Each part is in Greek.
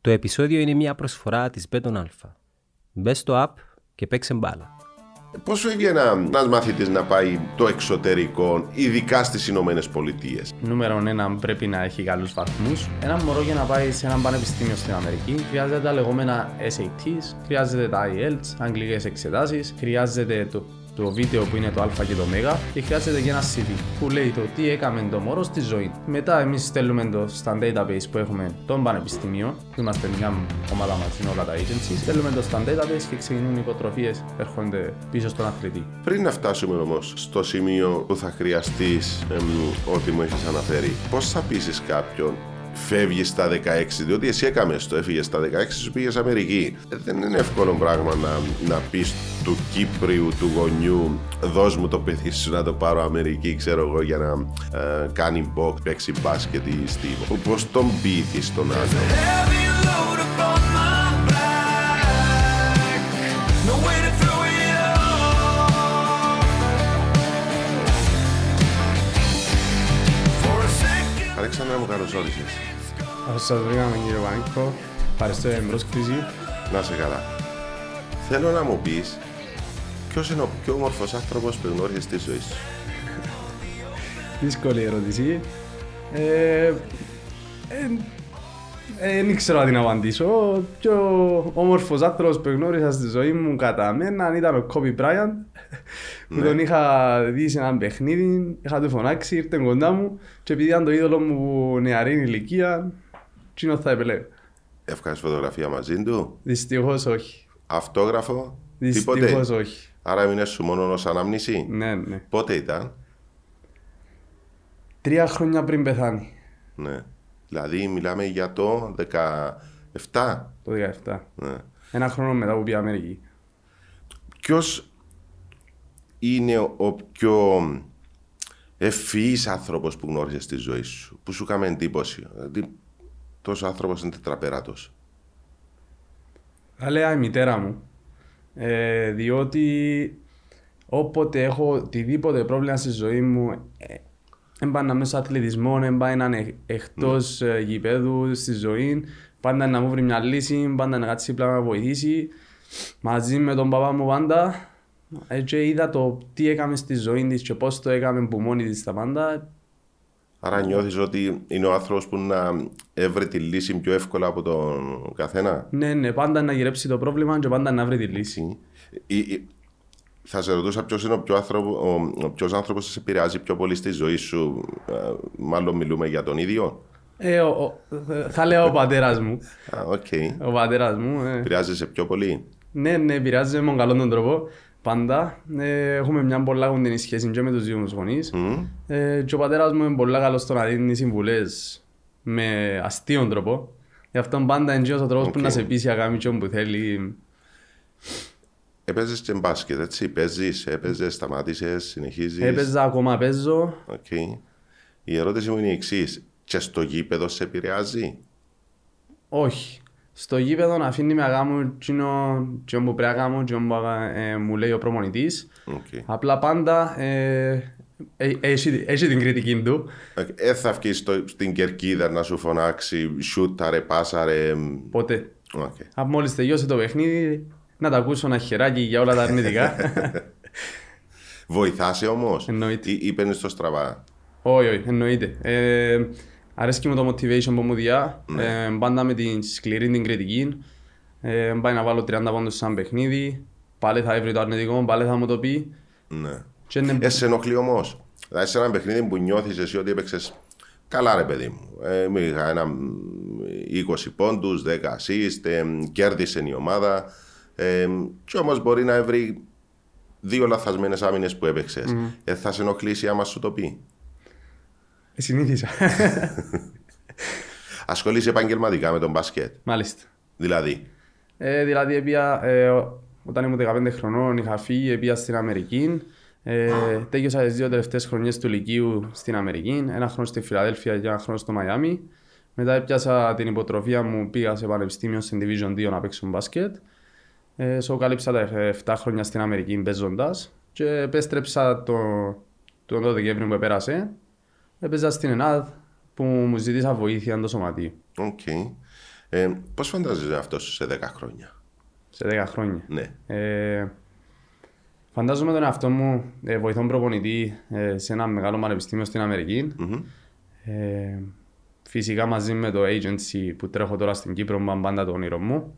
Το επεισόδιο είναι μια προσφορά της Beton Alpha. Μπε στο app και παίξε μπάλα. Πώς σου έβγαινε ένα μαθητής να πάει το εξωτερικό, ειδικά στις Ηνωμένες Πολιτείες. Νούμερο ένα πρέπει να έχει καλούς βαθμούς. Ένα μωρό για να πάει σε ένα πανεπιστήμιο στην Αμερική χρειάζεται τα λεγόμενα SATs, χρειάζεται τα IELTS, αγγλικές εξετάσεις, χρειάζεται το, το βίντεο που είναι το Α και το Μ και χρειάζεται και ένα CV που λέει το τι έκαμε το μωρό στη ζωή. Μετά εμείς στέλνουμε το στα database που έχουμε των πανεπιστημίων, που είμαστε μια ομάδα μαζί όλα τα agency, στέλνουμε το στα database και ξεκινούν οι υποτροφίες έρχονται πίσω στον αθλητή. Πριν να φτάσουμε όμως στο σημείο που θα χρειαστείς ό,τι μου έχεις αναφέρει, πώς θα πείσεις κάποιον φεύγεις στα 16, διότι εσύ έκαμες το, έφυγες στα 16, σου πήγες Αμερική. Ε, Δεν είναι εύκολο πράγμα να, να πεις του Κύπριου, του γονιού, δώσ' μου το παιδί σου να το πάρω Αμερική, ξέρω εγώ, για να ε, κάνει μποκ, παίξει μπάσκετ ή στίβο. Πώς τον πείθεις τον άνθρωπο. Αλέξανδρα μου καλώς όρισες. Καλώς σας βρήκαμε κύριε Πανίκο. Ευχαριστώ για την πρόσκληση. Να σε καλά. Θέλω να μου πεις ποιος είναι ο πιο όμορφος άνθρωπος που γνώριζες στη ζωή σου. Δύσκολη ερώτηση. Ε, δεν ξέρω τι να απαντήσω. Ο πιο όμορφος άνθρωπος που γνώρισα στη ζωή μου κατά μένα ήταν ο Κόμπι Μπράιαντ. Που τον είχα δει σε ένα παιχνίδι, είχα του φωνάξει, ήρθε κοντά μου και επειδή ήταν το είδωλο μου που νεαρή ηλικία, τσίνο θα επιλέγω. Έφυγες φωτογραφία μαζί του. Δυστυχώς όχι. Αυτόγραφο. Δυστυχώς όχι. Άρα έμεινε σου μόνο ως ανάμνηση. Ναι, ναι. Πότε ήταν. Τρία χρόνια πριν πεθάνει. Ναι. Δηλαδή μιλάμε για το 17. Το 17. Ναι. Ένα χρόνο μετά που πήγε Αμερική. Ποιος είναι ο πιο ευφυής άνθρωπος που γνώρισε στη ζωή σου, που σου έκανε εντύπωση. Δηλαδή, τόσος άνθρωπος είναι τετραπεράτος. Θα λέγα η μητέρα μου. Ε, διότι όποτε έχω οτιδήποτε πρόβλημα στη ζωή μου, ε, Έμπανα μέσα αθλητισμό, έμπανα εκτό mm. γηπέδου στη ζωή. Πάντα να μου βρει μια λύση, πάντα να κάτσει πλάνα να βοηθήσει. Μαζί με τον παπά μου πάντα. Έτσι είδα το τι έκαμε στη ζωή της και πώς το έκαμε που μόνη της τα πάντα. Άρα νιώθεις ότι είναι ο άνθρωπος που να έβρει τη λύση πιο εύκολα από τον καθένα. Ναι, ναι, πάντα να γυρέψει το πρόβλημα και πάντα να βρει τη Ναι. λύση. Mm θα σε ρωτούσα ποιος είναι ο πιο άνθρωπο, ο, ο ποιος άνθρωπος σε επηρεάζει πιο πολύ στη ζωή σου. Ε, μάλλον μιλούμε για τον ίδιο. Ε, ο, ο, θα λέω ο πατέρας μου. Α, okay. Ο πατέρας μου. Ε. Επηρεάζεσαι πιο πολύ. Ναι, ναι, επηρεάζει με καλόν τον τρόπο. Πάντα. Ε, έχουμε μια πολλά κοντινή σχέση και με τους δύο μου γονεί. Mm. Ε, και ο πατέρας μου είναι πολύ καλός στο να δίνει συμβουλές με αστείον τρόπο. Γι' αυτόν πάντα είναι ο τρόπος okay. που να σε πείσει αγάπη που θέλει. Έπαιζες και μπάσκετ, έτσι. Παίζεις, έπαιζες, σταμάτησε, συνεχίζεις. Έπαιζα, ακόμα παίζω. Okay. Η ερώτηση μου είναι η εξής. Και στο γήπεδο σε επηρεάζει, Όχι. Στο γήπεδο να αφήνει με αγάμου τσινό, τσινό που πρέπει αγάμου, τσινό που ε, μου λέει ο προμονητής. Okay. Απλά πάντα ε, ε, έχει, έχει την κριτική του. Okay. Ε, θα βγει στην κερκίδα να σου φωνάξει σούταρε, πάσαρε. Ποτέ. Okay. Αν μόλις τελειώσει το παιχνίδι, να τα ακούσω ένα χεράκι για όλα τα αρνητικά. Βοηθάσαι όμως. Εννοείται. ε, Ή, ή παίρνεις το στραβά. Όχι, όχι, εννοείται. Ε, αρέσκει μου το motivation που μου διά. Ναι. Ε, πάντα με την σκληρή την κριτική. Ε, πάει να βάλω 30 πόντους σαν παιχνίδι. Πάλι θα έβρει το αρνητικό, πάλι θα μου το πει. Ναι. Και είναι... Ε, σε ενοχλεί όμως. Δηλαδή σε ένα παιχνίδι που νιώθεις εσύ ότι έπαιξες Καλά ρε παιδί μου. Ε, είχα ένα 20 πόντου, 10 assist, ε, κέρδισε η ομάδα. Ε, και όμως μπορεί να βρει δύο λαθασμένες άμυνες που έπαιξες. Mm. Ε, θα σε ενοχλήσει άμα σου το πει. Ε, συνήθισα. Ασχολείσαι επαγγελματικά με τον μπάσκετ. Μάλιστα. Δηλαδή. Ε, δηλαδή, έπια, όταν ήμουν 15 χρονών, είχα φύγει, έπια στην Αμερική. Ε, ah. Τέλειωσα τις δύο τελευταίες χρονιές του Λυκείου στην Αμερική. Ένα χρόνο στη Φιλαδέλφια και ένα χρόνο στο Μαϊάμι. Μετά έπιασα την υποτροφία μου, πήγα σε πανεπιστήμιο στην Division 2 να παίξω μπάσκετ. Ε, so, κάλυψα τα 7 χρόνια στην Αμερική παίζοντας και επέστρεψα το, τον 12 Δεκέμβριο που πέρασε. Έπαιζα στην ΕΝΑΔ που μου ζητήσα βοήθεια το σωματείο. Okay. Ε, Πώς φαντάζεσαι αυτό σου σε 10 χρόνια. σε 10 χρόνια. Ναι. Ε, φαντάζομαι τον εαυτό μου ε, βοηθών προπονητή ε, σε ένα μεγάλο πανεπιστήμιο στην αμερικη Ε, φυσικά μαζί με το agency που τρέχω τώρα στην Κύπρο μου πάντα το όνειρο μου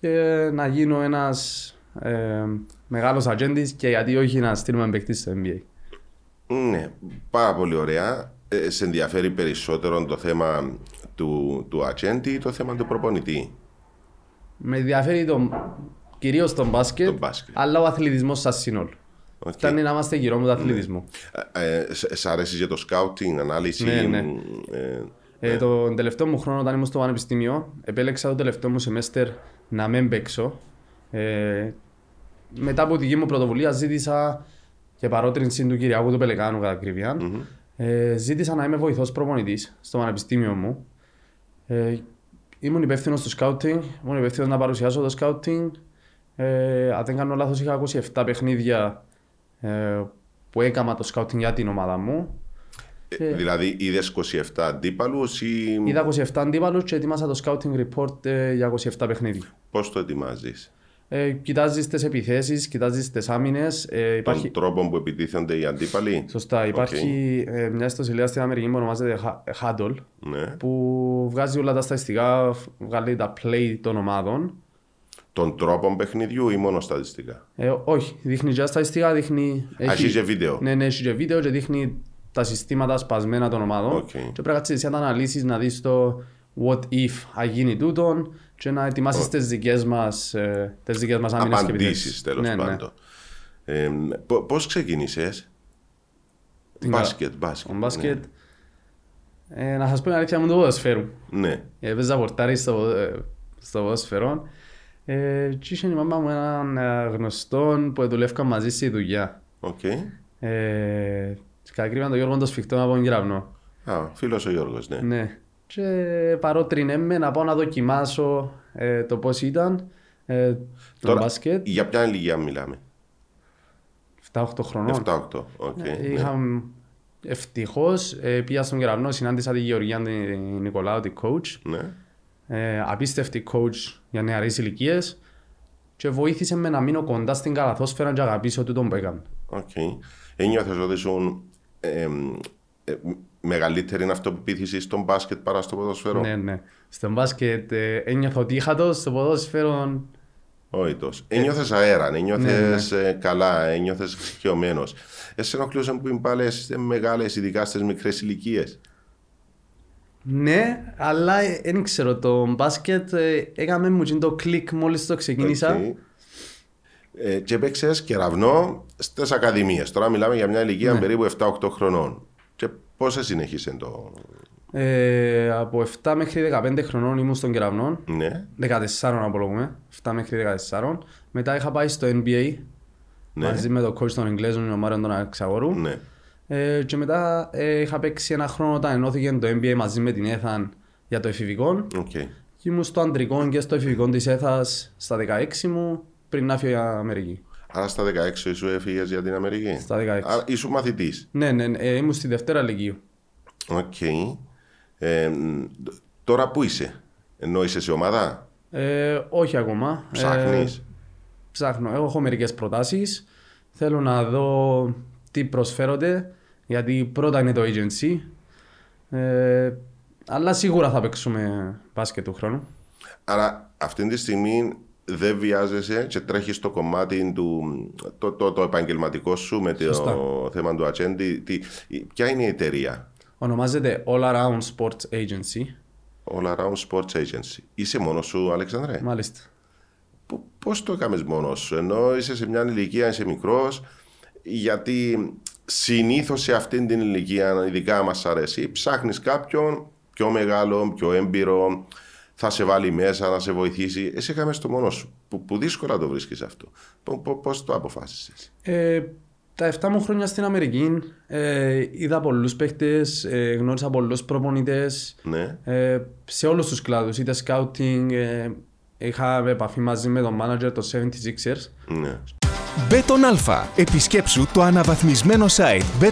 και να γίνω ένας ε, μεγάλος ατζέντης και γιατί όχι να στείλουμε παίκτη στο NBA. Ναι, πάρα πολύ ωραία. Ε, σε ενδιαφέρει περισσότερο το θέμα του, του ατζέντη ή το θέμα του προπονητή. Με ενδιαφέρει το, κυρίως το μπάσκετ, Το μπάσκετ. αλλά ο αθλητισμός σαν σύνολο. Οκ. Φτάνει να είμαστε γύρω με τον αθλητισμό. Ε, ε, σ- σ' αρέσει για το σκάουτινγκ, ανάλυση. Ναι, ναι. ε, Ε, τον τελευταίο μου χρόνο όταν ήμουν στο πανεπιστήμιο, επέλεξα το τελευταίο μου σεμέστερ να μην παίξω. Ε, μετά από δική μου πρωτοβουλία ζήτησα και παρότρινση του Κυριακού του Πελεκάνου κατά ακρίβεια, ε, ζήτησα να είμαι βοηθός προπονητής στο πανεπιστήμιο μου. Ε, ήμουν υπεύθυνος του σκάουτινγκ, ήμουν υπεύθυνος να παρουσιάσω το σκάουτινγκ. Ε, αν δεν κάνω λάθος είχα 27 παιχνίδια ε, που έκανα το σκάουτινγκ για την ομάδα μου. ε, δηλαδή, είδες 27 αντίπαλους ή Είδα 27 αντίπαλους και ετοίμασα το scouting report ε, για 27 παιχνίδια. πώς το ετοιμάζεις. Ε, κοιτάζεις τις επιθέσεις, κοιτάζεις τις άμυνες. Ε, υπάρχει... Των τρόπων που επιτίθενται οι αντίπαλοι. Σωστά, υπάρχει ε, μια ιστοσελίδα στην Αμερική που ονομάζεται Ha- Huddle Ναι. που βγάζει όλα τα στατιστικά, βγάλει τα play των ομάδων. Των τρόπων παιχνιδιού ή μόνο στατιστικά. Ε, όχι, δείχνει και τα στατιστικά, δείχνει. Αρχίζει και βίντεο. Ναι, ναι, έχει και βίντεο και δείχνει τα συστήματα σπασμένα των ομάδων. Οκ. Και πρέπει να ξέρει να τα αναλύσεις, να δεις το what if θα γίνει τούτον και να ετοιμάσεις oh. τις δικές μας τις ε, δικές μας άμυνες και Απαντήσεις επιθέσεις. τέλος ναι, πάντων. Ε, πώς ξεκίνησε. Τι Μπάσκετ, μπάσκετ. Ναι. Ο μπάσκετ. Ε, να σας πω την αλήθεια μου το ποδοσφαίρου. Ναι. ναι. Ε, Έπαιζα πορτάρι στο, ε, στο ποδοσφαιρό. Ε, και είχε η μαμά μου έναν ε, γνωστό που δουλεύκαν μαζί στη δουλειά. Οκ. Ε, Κακρύβαν τον Γιώργο τον Σφιχτό από τον Κεραυνό. Α, φίλος ο Γιώργος, ναι. Ναι. Και παρότρινε με να πάω να δοκιμάσω ε, το πώς ήταν ε, το Τώρα, μπάσκετ. Για ποια ηλικία μιλάμε. 7-8 χρονών. 7-8. Οκ. ναι. Είχαμε... Ευτυχώς πήγα στον κεραυνό, συνάντησα τη Γεωργία την Νικολάου, την coach. Ναι. Ε, απίστευτη coach για νεαρές ηλικίες. Και βοήθησε με να μείνω κοντά στην καλαθόσφαιρα και αγαπήσω τούτον που έκανα. Οκ. Ένιωθες ότι ήσουν εμ, ε, μεγαλύτερη αυτοπεποίθηση στον μπάσκετ παρά στο ποδοσφαιρό. Ναι, ναι. Στο μπάσκετ ε, ένιωθα ότι είχα το στο ποδόσφαιρο. Όχι τόσο. Ένιωθε αέρα, ένιωθες Ναι, ε, καλά, ένιωθες ξυχιωμένο. Εσύ ενοχλούσαν που οι μπάλε μεγάλες, ειδικά στις μικρές ηλικίες. Ναι, αλλά ε, δεν ξέρω, το μπάσκετ ε, έκαμε μου τζιν το κλικ μόλις το ξεκίνησα. Ε, και έπαιξε κεραυνό στις ακαδημίες. Τώρα μιλάμε για μια ηλικία Ναι. περίπου 7-8 χρονών. Και πόσα συνέχισε το. Ε, από 7 μέχρι 15 χρονών ήμουν στον κεραυνό. Ναι, 14 απολογούμε, 7 μέχρι 14. Μετά είχα πάει στο NBA ναι, μαζί με τον coach των Εγγλέζων, ο Μάριον τον Αξαγόρου. ναι. Ε, και μετά ε, είχα παίξει ένα χρόνο όταν ενώθηκε το NBA μαζί με την Έθαν για το εφηβικό. Οκ. Και ήμουν στο αντρικό και στο εφηβικό της Έθας στα 16 μου πριν να φύγω για Αμερική. Άρα στα 16 σου έφυγες για την Αμερική. Στα 16. Άρα ήσουν μαθητής. Ναι, ναι, ναι, ε, ήμουν στη Δευτέρα Λυκείου. Οκ. Ε, μ, τώρα που είσαι, ενώ είσαι σε ομάδα, Ε, όχι ακόμα. ψάχνει. Ε, ψάχνω. Εγώ έχω μερικές προτάσεις. Θέλω να δω τι προσφέρονται. Γιατί πρώτα είναι το agency. Ε, αλλά σίγουρα θα παίξουμε μπάσκετ του χρόνου. Άρα αυτή τη στιγμή δεν βιάζεσαι και τρέχεις το κομμάτι του, το, το, το επαγγελματικό σου με το Σωστά. θέμα του ατζέντη. Τι, ποια είναι η εταιρεία, Ονομάζεται All Around Sports Agency. All Around Sports Agency. Είσαι μόνος σου, Αλεξανδρέ. Μάλιστα. Πώς το έκαμες μόνος σου, ενώ είσαι σε μια ηλικία, είσαι μικρός, γιατί συνήθως σε αυτήν την ηλικία, ειδικά μας αρέσει, ψάχνεις κάποιον πιο μεγάλο, πιο έμπειρο, θα σε βάλει μέσα, να σε βοηθήσει. Εσύ έκαμε το μόνο σου, που, που δύσκολα το βρίσκεις αυτό. Πώς το αποφάσισες. Ε, τα 7 μου χρόνια στην Αμερική ε, είδα πολλούς παίχτες, ε, γνώρισα πολλούς προπονητές Ναι. ε, σε όλους τους κλάδους, είτε scouting, ε, είχα επαφή μαζί με τον manager των 76ers Ναι. Μπέτον Αλφα. Επισκέψου το αναβαθμισμένο site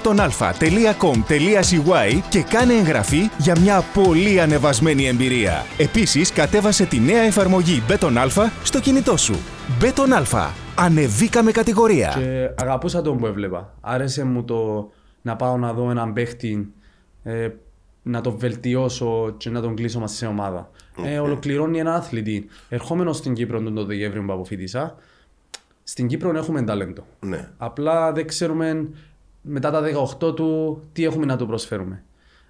betonalpha.com.cy και κάνε εγγραφή για μια πολύ ανεβασμένη εμπειρία. Επίσης, κατέβασε τη νέα εφαρμογή Μπέτον Αλφα στο κινητό σου. Μπέτον Αλφα. Ανεβήκαμε κατηγορία. Και αγαπούσα τον που έβλεπα. Άρεσε μου το να πάω να δω έναν παίχτη, ε, να τον βελτιώσω και να τον κλείσω μαζί σε ομάδα. Ε, ολοκληρώνει ένα αθλητή. Ερχόμενος στην Κύπρο τον το Δεκέμβριο που αποφύτησα, στην Κύπρο έχουμε ταλέντο. Ναι. Απλά δεν ξέρουμε μετά τα 18 του τι έχουμε να του προσφέρουμε.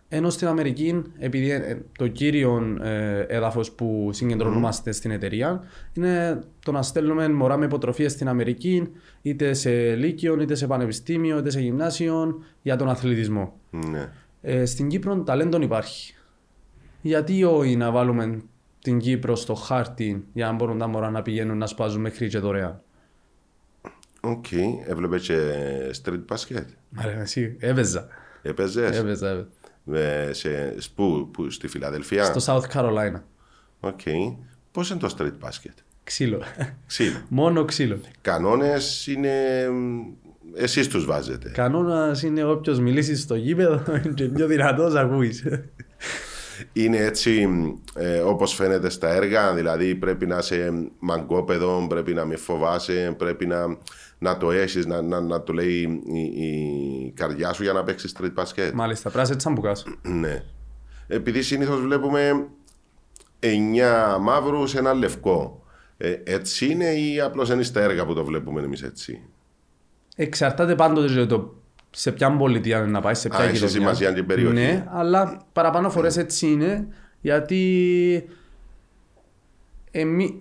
Ενώ στην Αμερική, επειδή ε, το κύριο ε, έδαφος που συγκεντρωνόμαστε στην εταιρεία είναι το να στέλνουμε μωρά με υποτροφίες στην Αμερική, είτε σε λύκειο, είτε σε πανεπιστήμιο, είτε σε γυμνάσιο, για τον αθλητισμό. ναι. Ε, στην Κύπρο ταλέντον υπάρχει. Γιατί όχι να βάλουμε την Κύπρο στο χάρτη για να μπορούν τα μωρά να πηγαίνουν να σπάζουν μέχρι και δωρεάν. Οκ, έβλεπε και street basket. Μα ρε, εσύ, έπαιζα. Έπαιζε Έπαιζα, έπαιζα. ε, σε, σ- πού, πού, στη Φιλαδελφία. Στο South Carolina. Οκ. Πώς είναι το street basket. Ξύλο. Ξύλο. Μόνο ξύλο. Κανόνες είναι. Εσείς τους βάζετε. Κανόνας είναι όποιος μιλήσει στο γήπεδο και πιο δυνατός ακούεις. Είναι έτσι ε, όπως φαίνεται στα έργα, δηλαδή πρέπει να είσαι μαγκόπεδο, πρέπει να μη φοβάσαι, πρέπει να, να το έχεις, να, να, να το λέει η, η καρδιά σου για να παίξεις street basket. Μάλιστα, πράσε τσαμπουκά. Ναι. Επειδή συνήθως βλέπουμε 9 μαύρους, ένα λευκό. Ε, έτσι είναι ή απλώς είναι στα έργα που το βλέπουμε εμείς έτσι. Εξαρτάται πάντοτε και το σε ποια πολιτεία είναι να πάει, σε ποια Α, έχει γειτονιά. σημασία την περιοχή. Ναι, αλλά παραπάνω φορές έτσι είναι γιατί εμεί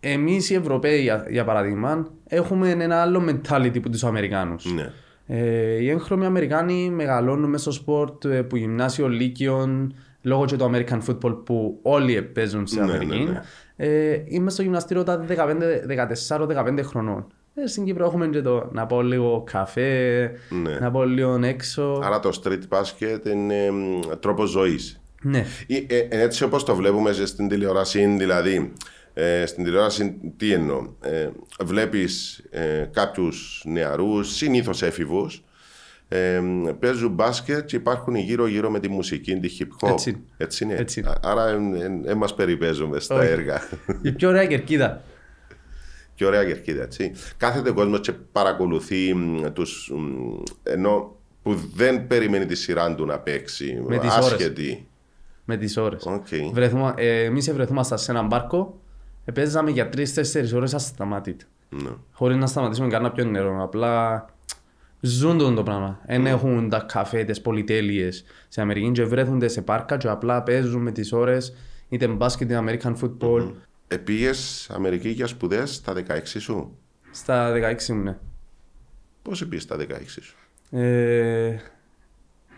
εμείς οι Ευρωπαίοι, για, για παράδειγμα, έχουμε ένα άλλο mentality που τους Αμερικάνους. Ναι. Ε, οι έγχρωμοι Αμερικάνοι μεγαλώνουν μέσα στο σπορτ ε, που γυμνάσιο λύκειων λόγω και του American football που όλοι παίζουν στην Ναι, Αμερική. ναι, ναι. Ε, είμαι στο γυμναστήριο τα 15 14-15 χρονών. Ε, στην Κύπρο έχουμε και το να πάω λίγο καφέ, Ναι. να πάω λίγο έξω. Άρα το street basket είναι μ, τρόπος ζωής. Ναι. Ε, ε, ε, έτσι όπως το βλέπουμε σε- στην τηλεόραση, δηλαδή, ε, στην τηλεόραση τι εννοώ, ε, βλέπεις ε, κάποιους νεαρούς, συνήθως έφηβους, ε, παίζουν μπάσκετ και υπάρχουν γύρω-γύρω με τη μουσική, τη hip hop. Έτσι είναι. είναι. Έτσι είναι. Α- Άρα ε, ε, ε, μας περιπέζουμε στα Όχι. έργα. Η πιο ωραία κερκίδα. και ωραία κερκίδα, έτσι. Κάθεται ο κόσμος και παρακολουθεί μ, τους, μ, ενώ που δεν περιμένει τη σειρά του να παίξει. Με τις ώρες. άσχετη. Με τις ώρες. Οκ. Βρεθούμε, ε, Εμείς ευρεθούμασταν σε έναν πάρκο, ε, παίζαμε για 3-4 ώρε ασταμάτητα. Ναι. Χωρίς να σταματήσουμε κανένα πιο νερό. Απλά ζουν τον το πράγμα. Δεν Ναι. έχουν τα καφέ, τι πολυτέλειε. Στην Αμερική και βρέθονται σε πάρκα και απλά παίζουν με τις ώρες είτε μπάσκετ είτε American football. Επήγε Αμερική για σπουδές στα 16 σου. Στα 16 μου, ναι. Πώς πήγε στα 16 σου. Ε,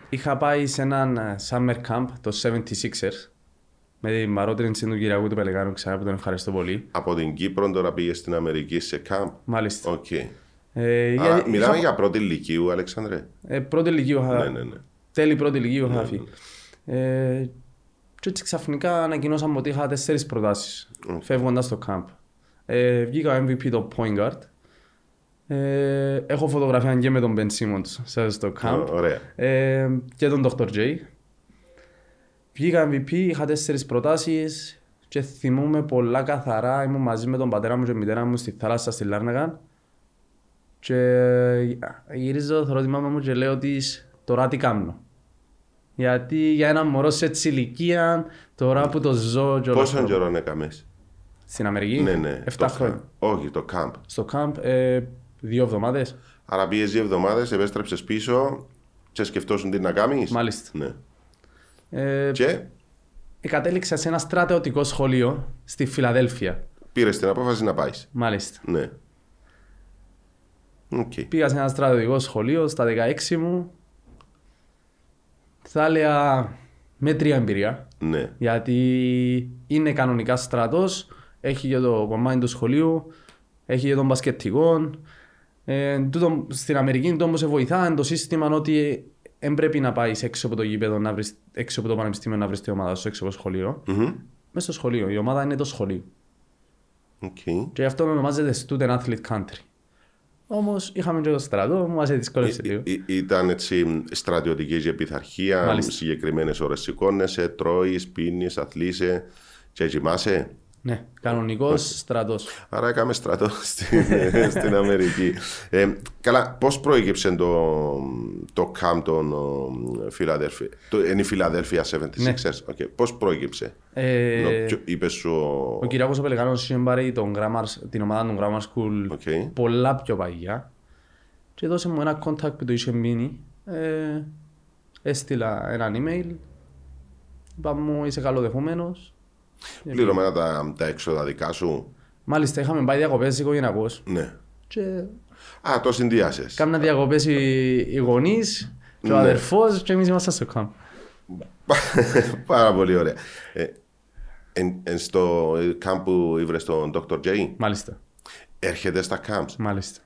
είχα πάει σε έναν ε, summer camp, το 76ers, με τη μαρότερη του Κυριακού του Πελεγάνου ξανά που τον ευχαριστώ πολύ. Από την Κύπρο τώρα πήγε στην Αμερική σε camp. Μάλιστα. Οκ. Ε, Άρα, γιατί- μιλάμε είχα- για πρώτη ηλικίου, Αλεξάνδρε. Ε, πρώτη ηλικίου είχα, Ναι, ναι, ναι. τέλη πρώτη ηλικίου είχα φύγει. Ε, και έτσι ξαφνικά ανακοινώσαμε ότι είχα τέσσερις προτάσεις Οκ. φεύγοντας το camp. Ε, βγήκα MVP το point guard. Ε, έχω φωτογραφία και με τον Ben Simmons σε- στο camp. Ω, ωραία. Ε, και τον Dr. J. Βγήκα MVP, είχα τέσσερις προτάσεις και θυμούμαι πολλά καθαρά. Ήμουν μαζί με τον πατέρα μου και τη μητέρα μου στη θάλασσα στη Λάρναγα. Και γυρίζω, θεωρώ τη μάμα μου και λέω ότι τώρα τι κάνω. Γιατί για ένα μωρό σε έτσι ηλικία, τώρα που το ζω και όλα Πόσον αυτά. καιρό έκαμες. Στην Αμερική, Ναι, ναι. 7 Το χρόνια. camp. Όχι, το camp. Στο camp, ε, δύο εβδομάδες. Άρα πήγες δύο εβδομάδες, επέστρεψες πίσω και σκεφτόσουν τι να κάνεις. Μάλιστα. Ναι. Ε, Και Κατέληξα σε ένα στρατιωτικό σχολείο στη Φιλαδέλφια. πήρες την απόφαση να πάεις. Μάλιστα. Ναι. Οκ. Πήγα σε ένα στρατιωτικό σχολείο στα 16 μου. Θα έλεγα μέτρια εμπειρία. Ναι. Γιατί είναι κανονικά στρατός, έχει για το κομμάτι του σχολείου, έχει για τον μπασκετικό. Ε, τούτο, στην Αμερική το όμω σε βοηθά είναι το σύστημα ότι δεν πρέπει να πάεις έξω από το γήπεδο, να βρεις, έξω από το πανεπιστήμιο να βρεις τη ομάδα σου, έξω από το σχολείο. Μμμ. Μέσα στο σχολείο. Η ομάδα είναι το σχολείο. Οκ. Και γι' αυτό ονομάζεται Student Athlete Country. Όμως είχαμε και το στρατό, μας δυσκόλεψε λίγο. Ή- ή- Ε, ήταν έτσι στρατιωτικής για πειθαρχία, Μάλιστα. συγκεκριμένες ώρες σηκώνεσαι, τρώεις, πίνεις, ε, αθλείσαι και κοιμάσαι. Ναι, κανονικός στρατός. Άρα έκαμε στρατό στην, στην Αμερική. Ε, καλά, πώς προέκυψε το, το camp των ο, Philadelphia, το, είναι η Philadelphia 76ers, Ναι. Οκ, πώς προέκυψε. Ε, Νο- είπες σου ο- Ο Κυριακός ο Πελεγάνος είχε πάρει τον grammar- την ομάδα του Grammar School Οκ. πολλά πιο παγιά. Και δώσε μου ένα contact που το είχε μείνει. Ε, έστειλα ένα email. Είπα μου είσαι καλοδεχούμενος. πληρωμένα τα, τα έξοδα δικά σου. Μάλιστα είχαμε πάει διακοπές οικογενειακώ. Ναι. Και Α, το συνδυάσες. κάμνα διακοπές οι, οι γονείς, και ο Ναι. αδερφός, και εμείς ήμασταν στο κάμπ. Πάρα πολύ ωραία. Ε, εν, εν στο camp που ήβρες τον Dr. J, Μάλιστα. έρχεται στα camps. Μάλιστα.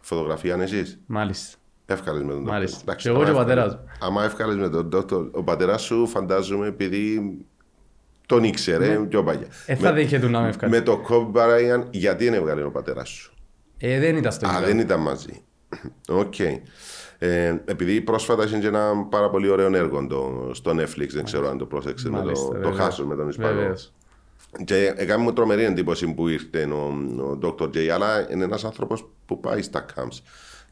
Φωτογραφία είναι εσείς. Μάλιστα. Εύκαλες με τον Μάλιστα. Dr. Εντάξει, Και εγώ άμα και ο εύκαλες- πατέρας μου. Άμα εύκαλες με τον Dr. Ο πατέρας σου φαντάζομαι επειδή τον ήξερε πιο παλιά. Ε, θα δέχεται να με με ευχαριστήσει. το Kobe Bryant, γιατί δεν έβγαλε ο πατέρας σου. Ε, δεν ήταν στο Α, γήπεδο. δεν ήταν μαζί. Οκ. Ε, επειδή πρόσφατα είχε και ένα πάρα πολύ ωραίο έργο το- στο Netflix, δεν ξέρω αν το πρόσεξε με Μάλιστα, το, το βέβαια. Χάσος με τον Ισπανό. Βεβαίως. Και έκανε μου τρομερή εντύπωση που ήρθε ο, ο Dr. J, αλλά είναι ένας άνθρωπος που πάει στα camps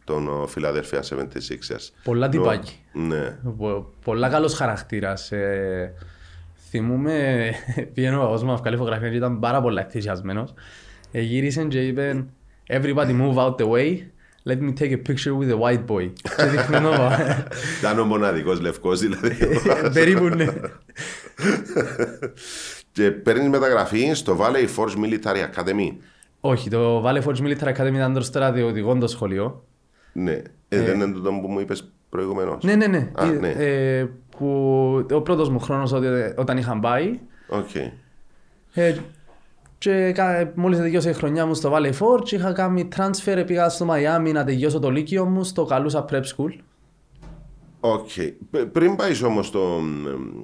των ο, Philadelphia 76ers. Πολλά τυπάκι. Ναι. Πο- Πολλά καλός χαρακτήρας. Ε, θυμούμε, πήγαινε ο παππούς μου να βγάλει φωτογραφία και ήταν πάρα πολύ ενθουσιασμένος. Ε, γύρισε και είπε: Everybody move out the way. Let me take a picture with a white boy. και δείχνει νόβα. Ήταν ο μοναδικός λευκός, δηλαδή. Περίπου ναι. και παίρνει μεταγραφή στο Valley Forge Military Academy. Όχι, το Valley Forge Military Academy ήταν το στρατιωτικό το σχολείο. Ναι. Ε, δεν είναι τούτο που μου είπες προηγουμένως. Ναι, ναι, ναι. Α, ναι. Ε, που, ο πρώτος μου χρόνος όταν είχαν πάει, Οκ. Ε, και κα- μόλις τελειώσε η χρονιά μου στο Valley Forge, είχα κάνει transfer, πήγα στο Μαϊάμι να τελειώσω το λύκειο μου στο Καλούσα Prep School. Οκ. Πε- Πριν πάεις όμως στο, μ,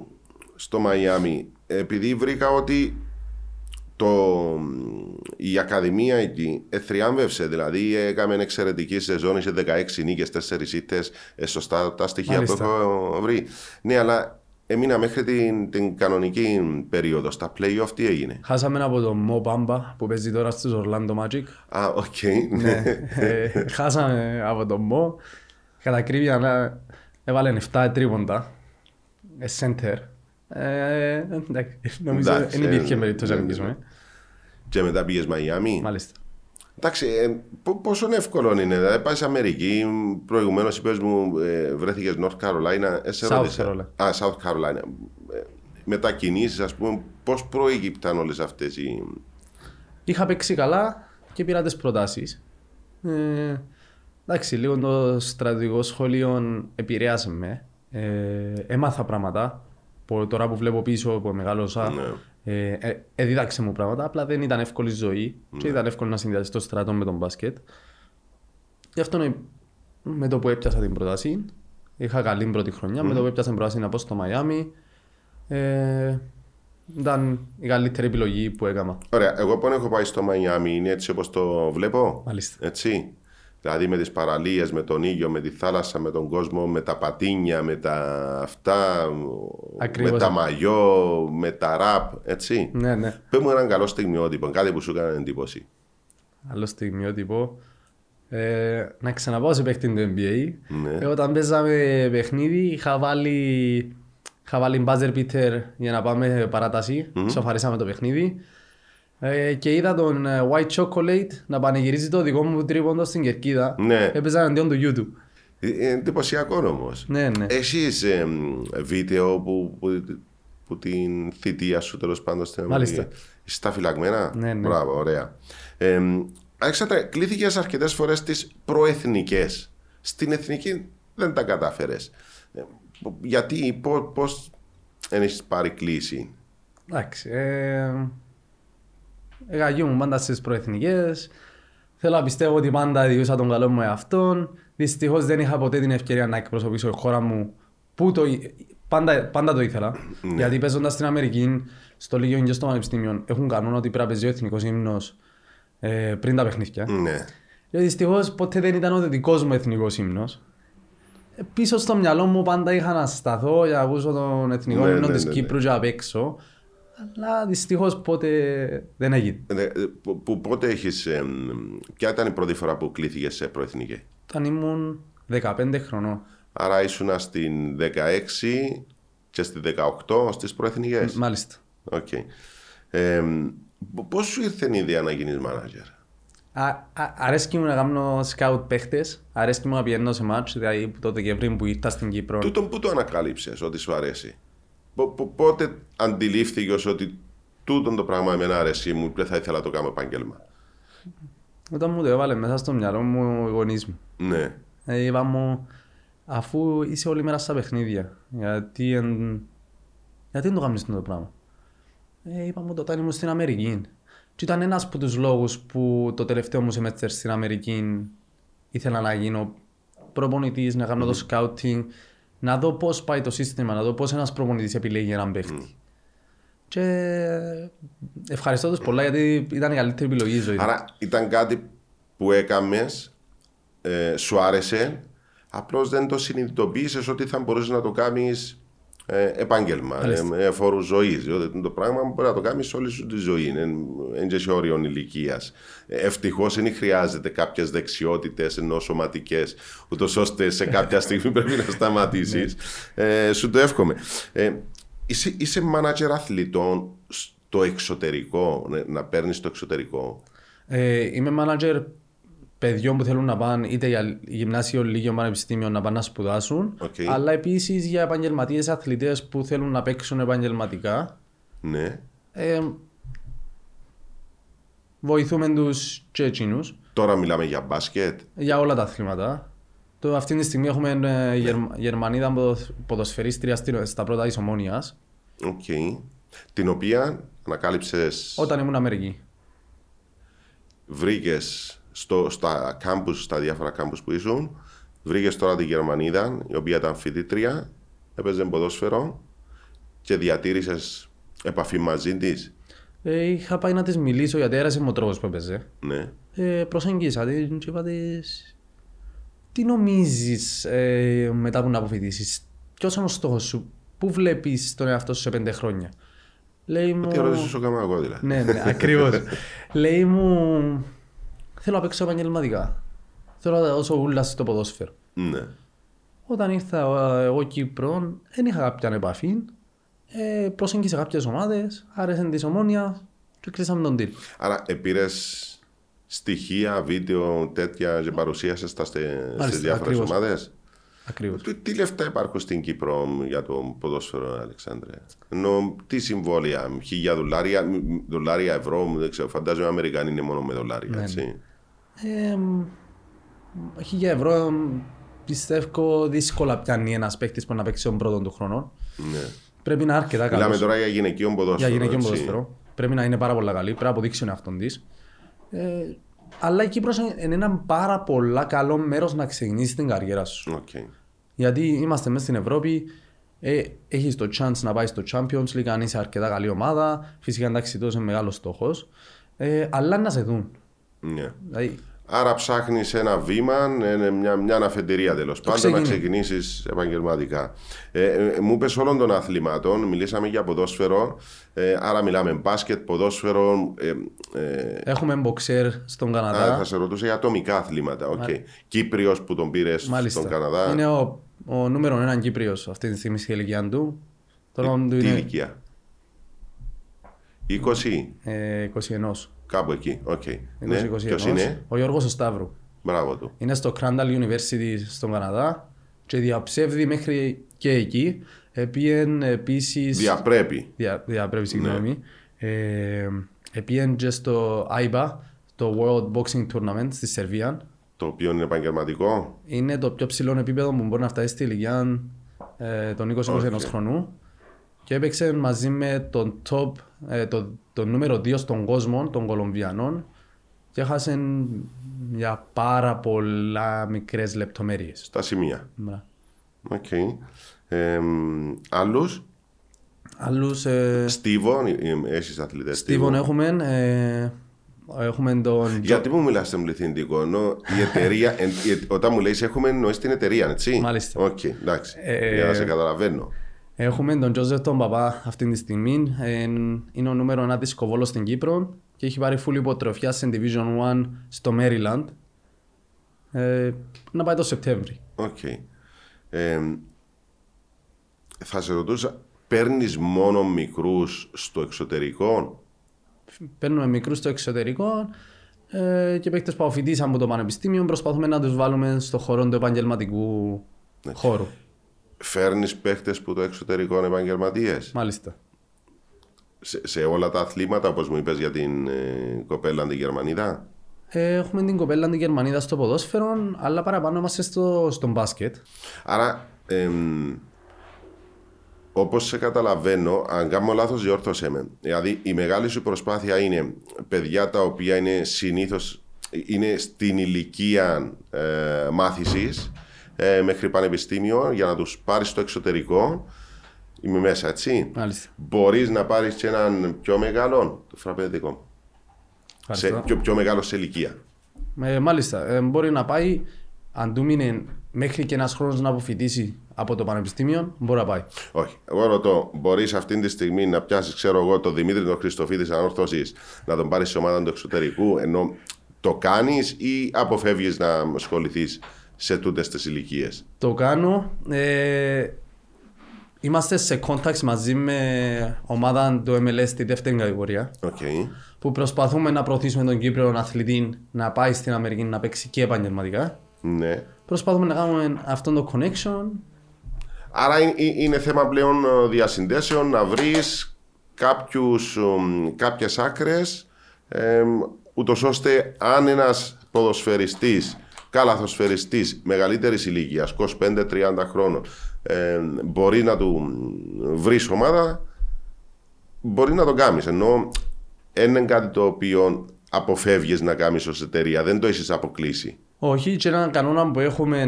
στο Μαϊάμι, επειδή βρήκα ότι το, μ, η Ακαδημία εκεί εθριάμβευσε, δηλαδή έκαμε εξαιρετική σεζόν, είσαι 16 νίκες, 4 ήττες, ε, σωστά τα στοιχεία που Μάλιστα. έχω βρει. Ναι, αλλά έμεινα μέχρι την, την κανονική περίοδο, στα play-off τι έγινε. Χάσαμε ένα από τον Mo Bamba που παίζει τώρα στους Orlando Magic. Α, οκ. ναι. ε, χάσαμε από τον Mo. Κατά κρύβια να έβαλε 7 τρίποντα. Ε, center. Ε, εντάξει, νομίζω Εντάξει, δεν υπήρχε ε, περίπτωση να ναι, ναι. νικήσουμε. Και μετά πήγες Μαϊάμι. Μάλιστα. Εντάξει, ε, πο- πόσο εύκολο είναι. Δηλαδή, πάει Αμερική, προηγουμένως είπε μου, ε, βρέθηκες North Carolina. Ε, σε South ρώτησα. Carolina. Α, South Carolina. Ε, μετακινήσεις, ας πούμε, πώς προέκυπταν όλες αυτές οι. Είχα παίξει καλά και πήρα τις προτάσεις. Ε, εντάξει, λίγο το στρατηγικό σχολείο επηρέασε με. Ε, έμαθα πράγματα. Που, τώρα που βλέπω πίσω που μεγάλωσα, Ναι. ε, ε, εδίδαξε μου πράγματα. Απλά δεν ήταν εύκολη ζωή και ήταν εύκολο να συνδυαστείς το στρατό με τον μπάσκετ. Γι' αυτό ε, με το που έπιασα την πρόταση, είχα καλή πρώτη χρονιά. Με το που έπιασα την πρόταση να πάω στο Μαϊάμι, ε, ήταν η καλύτερη επιλογή που έκανα. Ωραία, εγώ που έχω πάει στο Μαϊάμι είναι έτσι όπως το βλέπω. Μάλιστα. Έτσι. Δηλαδή με τις παραλίες, με τον ήλιο, με τη θάλασσα, με τον κόσμο, με τα πατίνια, με τα αυτά. Με Ακριβώς. τα μαγιό, με τα ραπ. Έτσι. Ναι, ναι. Πες μου έναν καλό στιγμιότυπο, κάτι που σου έκανε εντύπωση. Άλλο στιγμιότυπο. Ε, να ξαναπάω σε παίχτη του NBA. Ναι. Ε, όταν παίζαμε παιχνίδι, είχα βάλει, είχα βάλει buzzer beater για να πάμε παράταση. Σοφαρίσαμε το παιχνίδι. Ε, και είδα τον ε, White Chocolate να πανηγυρίζει το δικό μου τρίποντο στην κερκίδα. Ναι. Έπαιζα εναντίον του YouTube. Ε, Εντυπωσιακό όμως. Ναι, Ε, ναι. Εσύ βίντεο που, που, που την θητεία σου τέλος πάντων στην Αμερική. Μάλιστα. Είσαι τα φυλαγμένα. Ναι, ναι. Μπράβο, ωραία. Ε, Αλέξανδρε, κλήθηκες αρκετές φορές τις προεθνικές. Στην εθνική δεν τα κατάφερες. γιατί, πώ δεν έχει πάρει κλίση. Εντάξει. Ε, μου πάντα στις προεθνικές. Θέλω να πιστεύω ότι πάντα διούσα τον καλό μου εαυτόν. Δυστυχώς δεν είχα ποτέ την ευκαιρία να εκπροσωπήσω η χώρα μου που το, ή- πάντα, πάντα το ήθελα. Γιατί παίζοντας στην Αμερική, στο Λίγιο και στο Πανεπιστήμιο, έχουν κανόνα ότι πρέπει να παίζει ο εθνικός ύμνος ε, πριν τα παιχνίδια. Ναι. Δυστυχώς ποτέ δεν ήταν ο δικός μου εθνικός ύμνος. Πίσω στο μυαλό μου πάντα είχα να σταθώ για να ακούσω τον εθνικό Ναι, ύμνο ναι, της ναι, ναι. Κύπρου και απ' έξω. Αλλά δυστυχώς ποτέ δεν έγινε. Ε, ε, που, που πότε έχεις, εμ, ποια ήταν η πρώτη φορά που κλήθηκες σε προεθνική. Όταν ήμουν 15 χρονών. Άρα ήσουν στην 16 και στη 18 στις προεθνικές. Μάλιστα. Οκ. Εμ, π- πώς σου ήρθε η ιδέα να γίνεις manager. Α- α- Αρέσκει μου να κάνω σκάουτ παίχτες. Αρέσκει μου να πηγαίνω σε μάτς, δηλαδή το Δεκεμβρίου που ήρθα στην Κύπρο. Τούτον που το ανακάλυψες ότι σου αρέσει. Πο- πο- πότε αντιλήφθηκες ότι τούτον το πράγμα εμένα αρέσει μου και θα ήθελα να το κάνω επάγγελμα. Όταν μου το έβαλε μέσα στο μυαλό μου οι γονείς μου. Ναι. Ε, Είπα μου, αφού είσαι όλη μέρα στα παιχνίδια, γιατί, εν... γιατί δεν το κάνεις αυτό το πράγμα. Ε, είπα μου, τότε ήμουν στην Αμερική. Και ήταν ένας από τους λόγους που το τελευταίο μου semester στην Αμερική ήθελα να γίνω προπονητής, να κάνω το scouting, να δω πώς πάει το σύστημα, να δω πώς ένας προπονητής επιλέγει έναν παίχτη. Και ευχαριστώ τους πολλά γιατί ήταν η καλύτερη επιλογή η ζωή. μου. Άρα ήταν κάτι που έκαμες, ε, σου άρεσε, απλώς δεν το συνειδητοποίησες ότι θα μπορούσες να το κάνεις ε, επάγγελμα, ε, Μάλιστα. με φόρου ζωής. Διότι το πράγμα μπορεί να το κάνεις όλη σου τη ζωή. Δεν έχει όριον ηλικίας. Ευτυχώ δεν χρειάζεται κάποιες δεξιότητες ενώ σωματικές, ούτως ώστε σε κάποια στιγμή πρέπει να σταματήσεις. Ναι. ε, σου το εύχομαι. Ε, είσαι, είσαι manager αθλητών στο εξωτερικό, ναι, να παίρνεις στο εξωτερικό. Ε, είμαι manager παιδιών που θέλουν να πάνε είτε για γυμνάσιο, λίγιο, πανεπιστήμιο να πάνε να σπουδάσουν. Οκ. Αλλά επίσης για επαγγελματίες αθλητές που θέλουν να παίξουν επαγγελματικά. Ναι. Ε, βοηθούμε τους τσέτσινου Τώρα μιλάμε για μπάσκετ. για όλα τα αθλήματα. Το, αυτή τη στιγμή έχουμε ε, Γερμα- Γερμανίδα ποδοσ- ποδοσφαιρίστρια στη- στα πρώτα της Ομόνοια Οκ. Την οποία ανακάλυψες, όταν ήμουν Αμερική. βρήκες στο, στα κάμπους, στα διάφορα κάμπους που ήσουν, βρήκες τώρα τη Γερμανίδα, η οποία ήταν φοιτήτρια, έπαιζε ποδόσφαιρο και διατήρησες επαφή μαζί της. Ε, είχα πάει να της μιλήσω γιατί έρασε μου ο τρόπος που έπαιζε. Ναι. ε, προσεγγίσα την και είπα της, τι νομίζεις ε, μετά που να αποφοιτήσεις, ποιος είναι ο στόχος σου, πού βλέπεις τον εαυτό σου σε πέντε χρόνια. Λέει μου... Τι ερώτηση σου έκανα εγώ δηλαδή. Ναι, ναι, ακριβώς. Λέει μου, θέλω να παίξω επαγγελματικά. Θέλω να δώσω ούλα στο ποδόσφαιρο. Ναι. Όταν ήρθα ε, εγώ Κύπρο, δεν είχα κάποια επαφή. Ε, προσεγγίσα κάποιες ομάδες, άρεσαν της ομόνια και κλείσαμε τον τίτλο. Άρα επήρες στοιχεία, βίντεο, τέτοια και παρουσίασες τα σε, σε Μάλιστα, διάφορες ακριβώς. ομάδες. Ακριβώς. Τι, τι λεφτά υπάρχουν στην Κύπρο μ, για το ποδόσφαιρο, Αλεξάνδρε. Ενώ τι συμβόλαια, μ, χίλια δολάρια, μ, μ, δολάρια, ευρώ, μ, δεν ξέρω. Φαντάζομαι οι Αμερικανοί είναι μόνο με δολάρια. Ναι, έτσι. Ε, μ, χίλια ευρώ μ, πιστεύω δύσκολα πιάνει ένας παίκτης που να παίξει τον πρώτο του χρόνο. Ναι. Πρέπει να είναι αρκετά καλό. Μιλάμε τώρα για γυναικείο Για ποδόσφαιρο. γυναικείο έτσι. ποδοσφαιρό. Πρέπει να είναι πάρα πολύ καλή. Πρέπει να αποδείξει τον εαυτόν της. Ε, αλλά η Κύπρος είναι ένα πάρα πολύ καλό μέρος να ξεκινήσει την καριέρα σου. Οκ. Γιατί είμαστε μέσα στην Ευρώπη, ε, έχεις το chance να πάεις στο Champions League αν είσαι αρκετά καλή ομάδα. Φυσικά εντάξει, τόσο είναι μεγάλος στόχος. Ε, αλλά να σε δουν. Ναι. Δηλαδή, Άρα ψάχνεις ένα βήμα, ε, μια, μια αναφεντηρία τέλο πάντων, να ξεκίνημα. ξεκινήσεις επαγγελματικά. Ε, ε, μου είπες όλων των αθλημάτων, μιλήσαμε για ποδόσφαιρο, ε, άρα μιλάμε μπάσκετ, ποδόσφαιρο, ε, ε, έχουμε μποξέρ στον Καναδά. Α, θα σε ρωτούσα για ατομικά αθλήματα. Οκ. Κύπριος που τον πήρες Μάλιστα. στον Καναδά. Είναι ο, ο νούμερο έναν Κύπριος αυτή τη στιγμή στη ηλικία του. Το όνομα του Ε, Τι είναι ηλικία. 20, ε, 21. κάπου εκεί. Οκ. Ναι. 20-21. Ποιο είναι, Ο Γιώργος ο Σταύρου. μπράβο του. Είναι στο Crandall University στον Καναδά και διαψεύδει μέχρι και εκεί. Επίεν επίσης. Διαπρέπει. Δια, διαπρέπει, Ναι. συγγνώμη. Ε, επίεν και στο IBA, το World Boxing Tournament στη Σερβία. Το οποίο είναι επαγγελματικό. είναι το πιο ψηλό επίπεδο που μπορεί να φτάσει στη ηλικία ε, των 20-21 Οκ. χρονού και έπαιξε μαζί με τον top, ε, το, το νούμερο 2 στον κόσμο των Κολομβιανών και έχασε για πάρα πολλά μικρές λεπτομέρειες. Στα σημεία. Μπρα. Οκ. Άλλους. Άλλους ε, Στίβον, έχεις αθλητές. Στίβον έχουμε, ε, Έχουμε τον. Γιατί μου μιλάς στον πληθυντικό, ενώ η εταιρεία, εν- η ε- όταν μου λέει έχουμε εννοείς την εταιρεία, έτσι. Μάλιστα. Οκ, εντάξει. Ε, Για να σε καταλαβαίνω. Έχουμε τον Τζόζεφ τον Παπά αυτή τη στιγμή. Ε, είναι ο νούμερο ένα δισκοβόλος στην Κύπρο και έχει πάρει full υποτροφιά στην Division 1 στο Maryland. Ε, να πάει το Σεπτέμβρη. Οκ. Ε, θα σε ρωτούσα, παίρνεις μόνο μικρούς στο εξωτερικό. Παίρνουμε μικρούς στο εξωτερικό ε, και παίχτε παοφυτίσαν από το πανεπιστήμιο. Προσπαθούμε να τους βάλουμε στο χώρο του επαγγελματικού χώρου. Φέρνεις παίχτες που το εξωτερικό είναι επαγγελματίες. Μάλιστα. Σε, σε όλα τα αθλήματα, όπως μου είπες για την ε, κοπέλα την Γερμανίδα. Ε, έχουμε την κοπέλα την Γερμανίδα στο ποδόσφαιρο, αλλά παραπάνω είμαστε στο, στο μπάσκετ. Άρα, εμ, όπως σε καταλαβαίνω, αν κάνω λάθος διόρθωσέ με. Δηλαδή, η μεγάλη σου προσπάθεια είναι παιδιά τα οποία είναι συνήθως είναι στην ηλικία ε, μάθησης ε, μέχρι πανεπιστήμιο για να τους πάρεις στο εξωτερικό. Είμαι μέσα, έτσι. Μάλιστα. Μπορείς να πάρεις και έναν πιο μεγάλο, το φραπεδικό, σε, Ευχαριστώ. πιο, πιο μεγάλο σε ηλικία. Ε, μάλιστα, ε, μπορεί να πάει αντού μείνει μέχρι και ένας χρόνος να αποφοιτήσει από το πανεπιστήμιο, μπορεί να πάει. Όχι. Εγώ ρωτώ, μπορείς αυτή τη στιγμή να πιάσεις, ξέρω εγώ, τον Δημήτρη τον Χριστοφίδη ανόρθωση να τον πάρεις σε ομάδα του εξωτερικού, ενώ το κάνεις ή αποφεύγεις να ασχοληθείς σε τούτε τις ηλικίες. Το κάνω. Ε, είμαστε σε contact μαζί με ομάδα του MLS στη δεύτερη κατηγορία Οκ. που προσπαθούμε να προωθήσουμε τον Κύπρο αθλητή να πάει στην Αμερική να παίξει και επαγγελματικά. Ναι. Προσπαθούμε να κάνουμε αυτό το connection. Άρα είναι- είναι είναι θέμα πλέον ε, διασυνδέσεων να ε, βρει κάποιες άκρες, ούτω ε, ώστε αν ένας ποδοσφαιριστής, καλαθοσφαιριστή μεγαλύτερης ηλικίας, 25-30 χρόνων, ε, μπορεί να του βρεις ομάδα, μπορεί να το κάνεις. Ενώ δεν είναι κάτι το οποίο αποφεύγεις να κάνεις ως εταιρεία, δεν το έχεις αποκλείσει. Όχι, και έναν κανόνα που έχουμε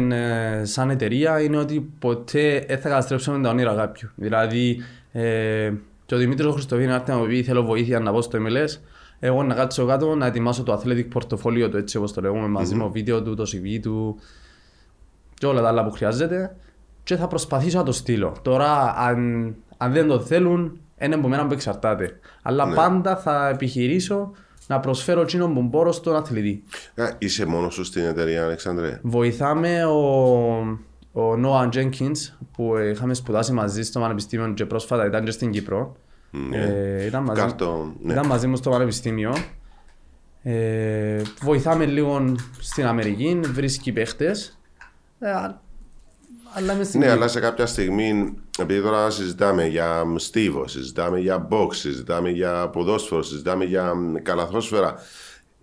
ε, σαν εταιρεία είναι ότι ποτέ δεν θα καταστρέψουμε τα όνειρα κάποιου. Δηλαδή, ε, και ο Δημήτρης Χρυστοφίνη άρχισε να μου πει: Θέλω βοήθεια να μπω στο MLS. Εγώ να κάτσω κάτω να ετοιμάσω το athletic portfolio του έτσι όπως το λέγουμε μαζί με το βίντεο του, το CV του και όλα τα άλλα που χρειάζεται. Και θα προσπαθήσω να το στείλω. Τώρα, αν, αν δεν το θέλουν, είναι από μένα που εξαρτάται. Αλλά πάντα θα επιχειρήσω να προσφέρω τσίνο που μπορώ στον αθλητή. Α, Ε, Είσαι μόνος σου στην εταιρεία, Αλεξάνδρε. Βοηθάμε ο, ο Νόα Jenkins που ε, είχαμε σπουδάσει μαζί στο Πανεπιστήμιο και πρόσφατα ήταν και στην Κύπρο. Ε, ήταν, μαζί, Ναι. Κάρτο, ναι. ήταν μαζί μου στο Πανεπιστήμιο. Ε, βοηθάμε λίγο στην Αμερική, βρίσκει παίχτες. Ε, α- αλλά είμαι στην Ναι, Κύπρο. αλλά σε κάποια στιγμή, επειδή τώρα συζητάμε για στίβο, συζητάμε για box, συζητάμε για ποδόσφαιρο, συζητάμε για μ, καλαθόσφαιρα.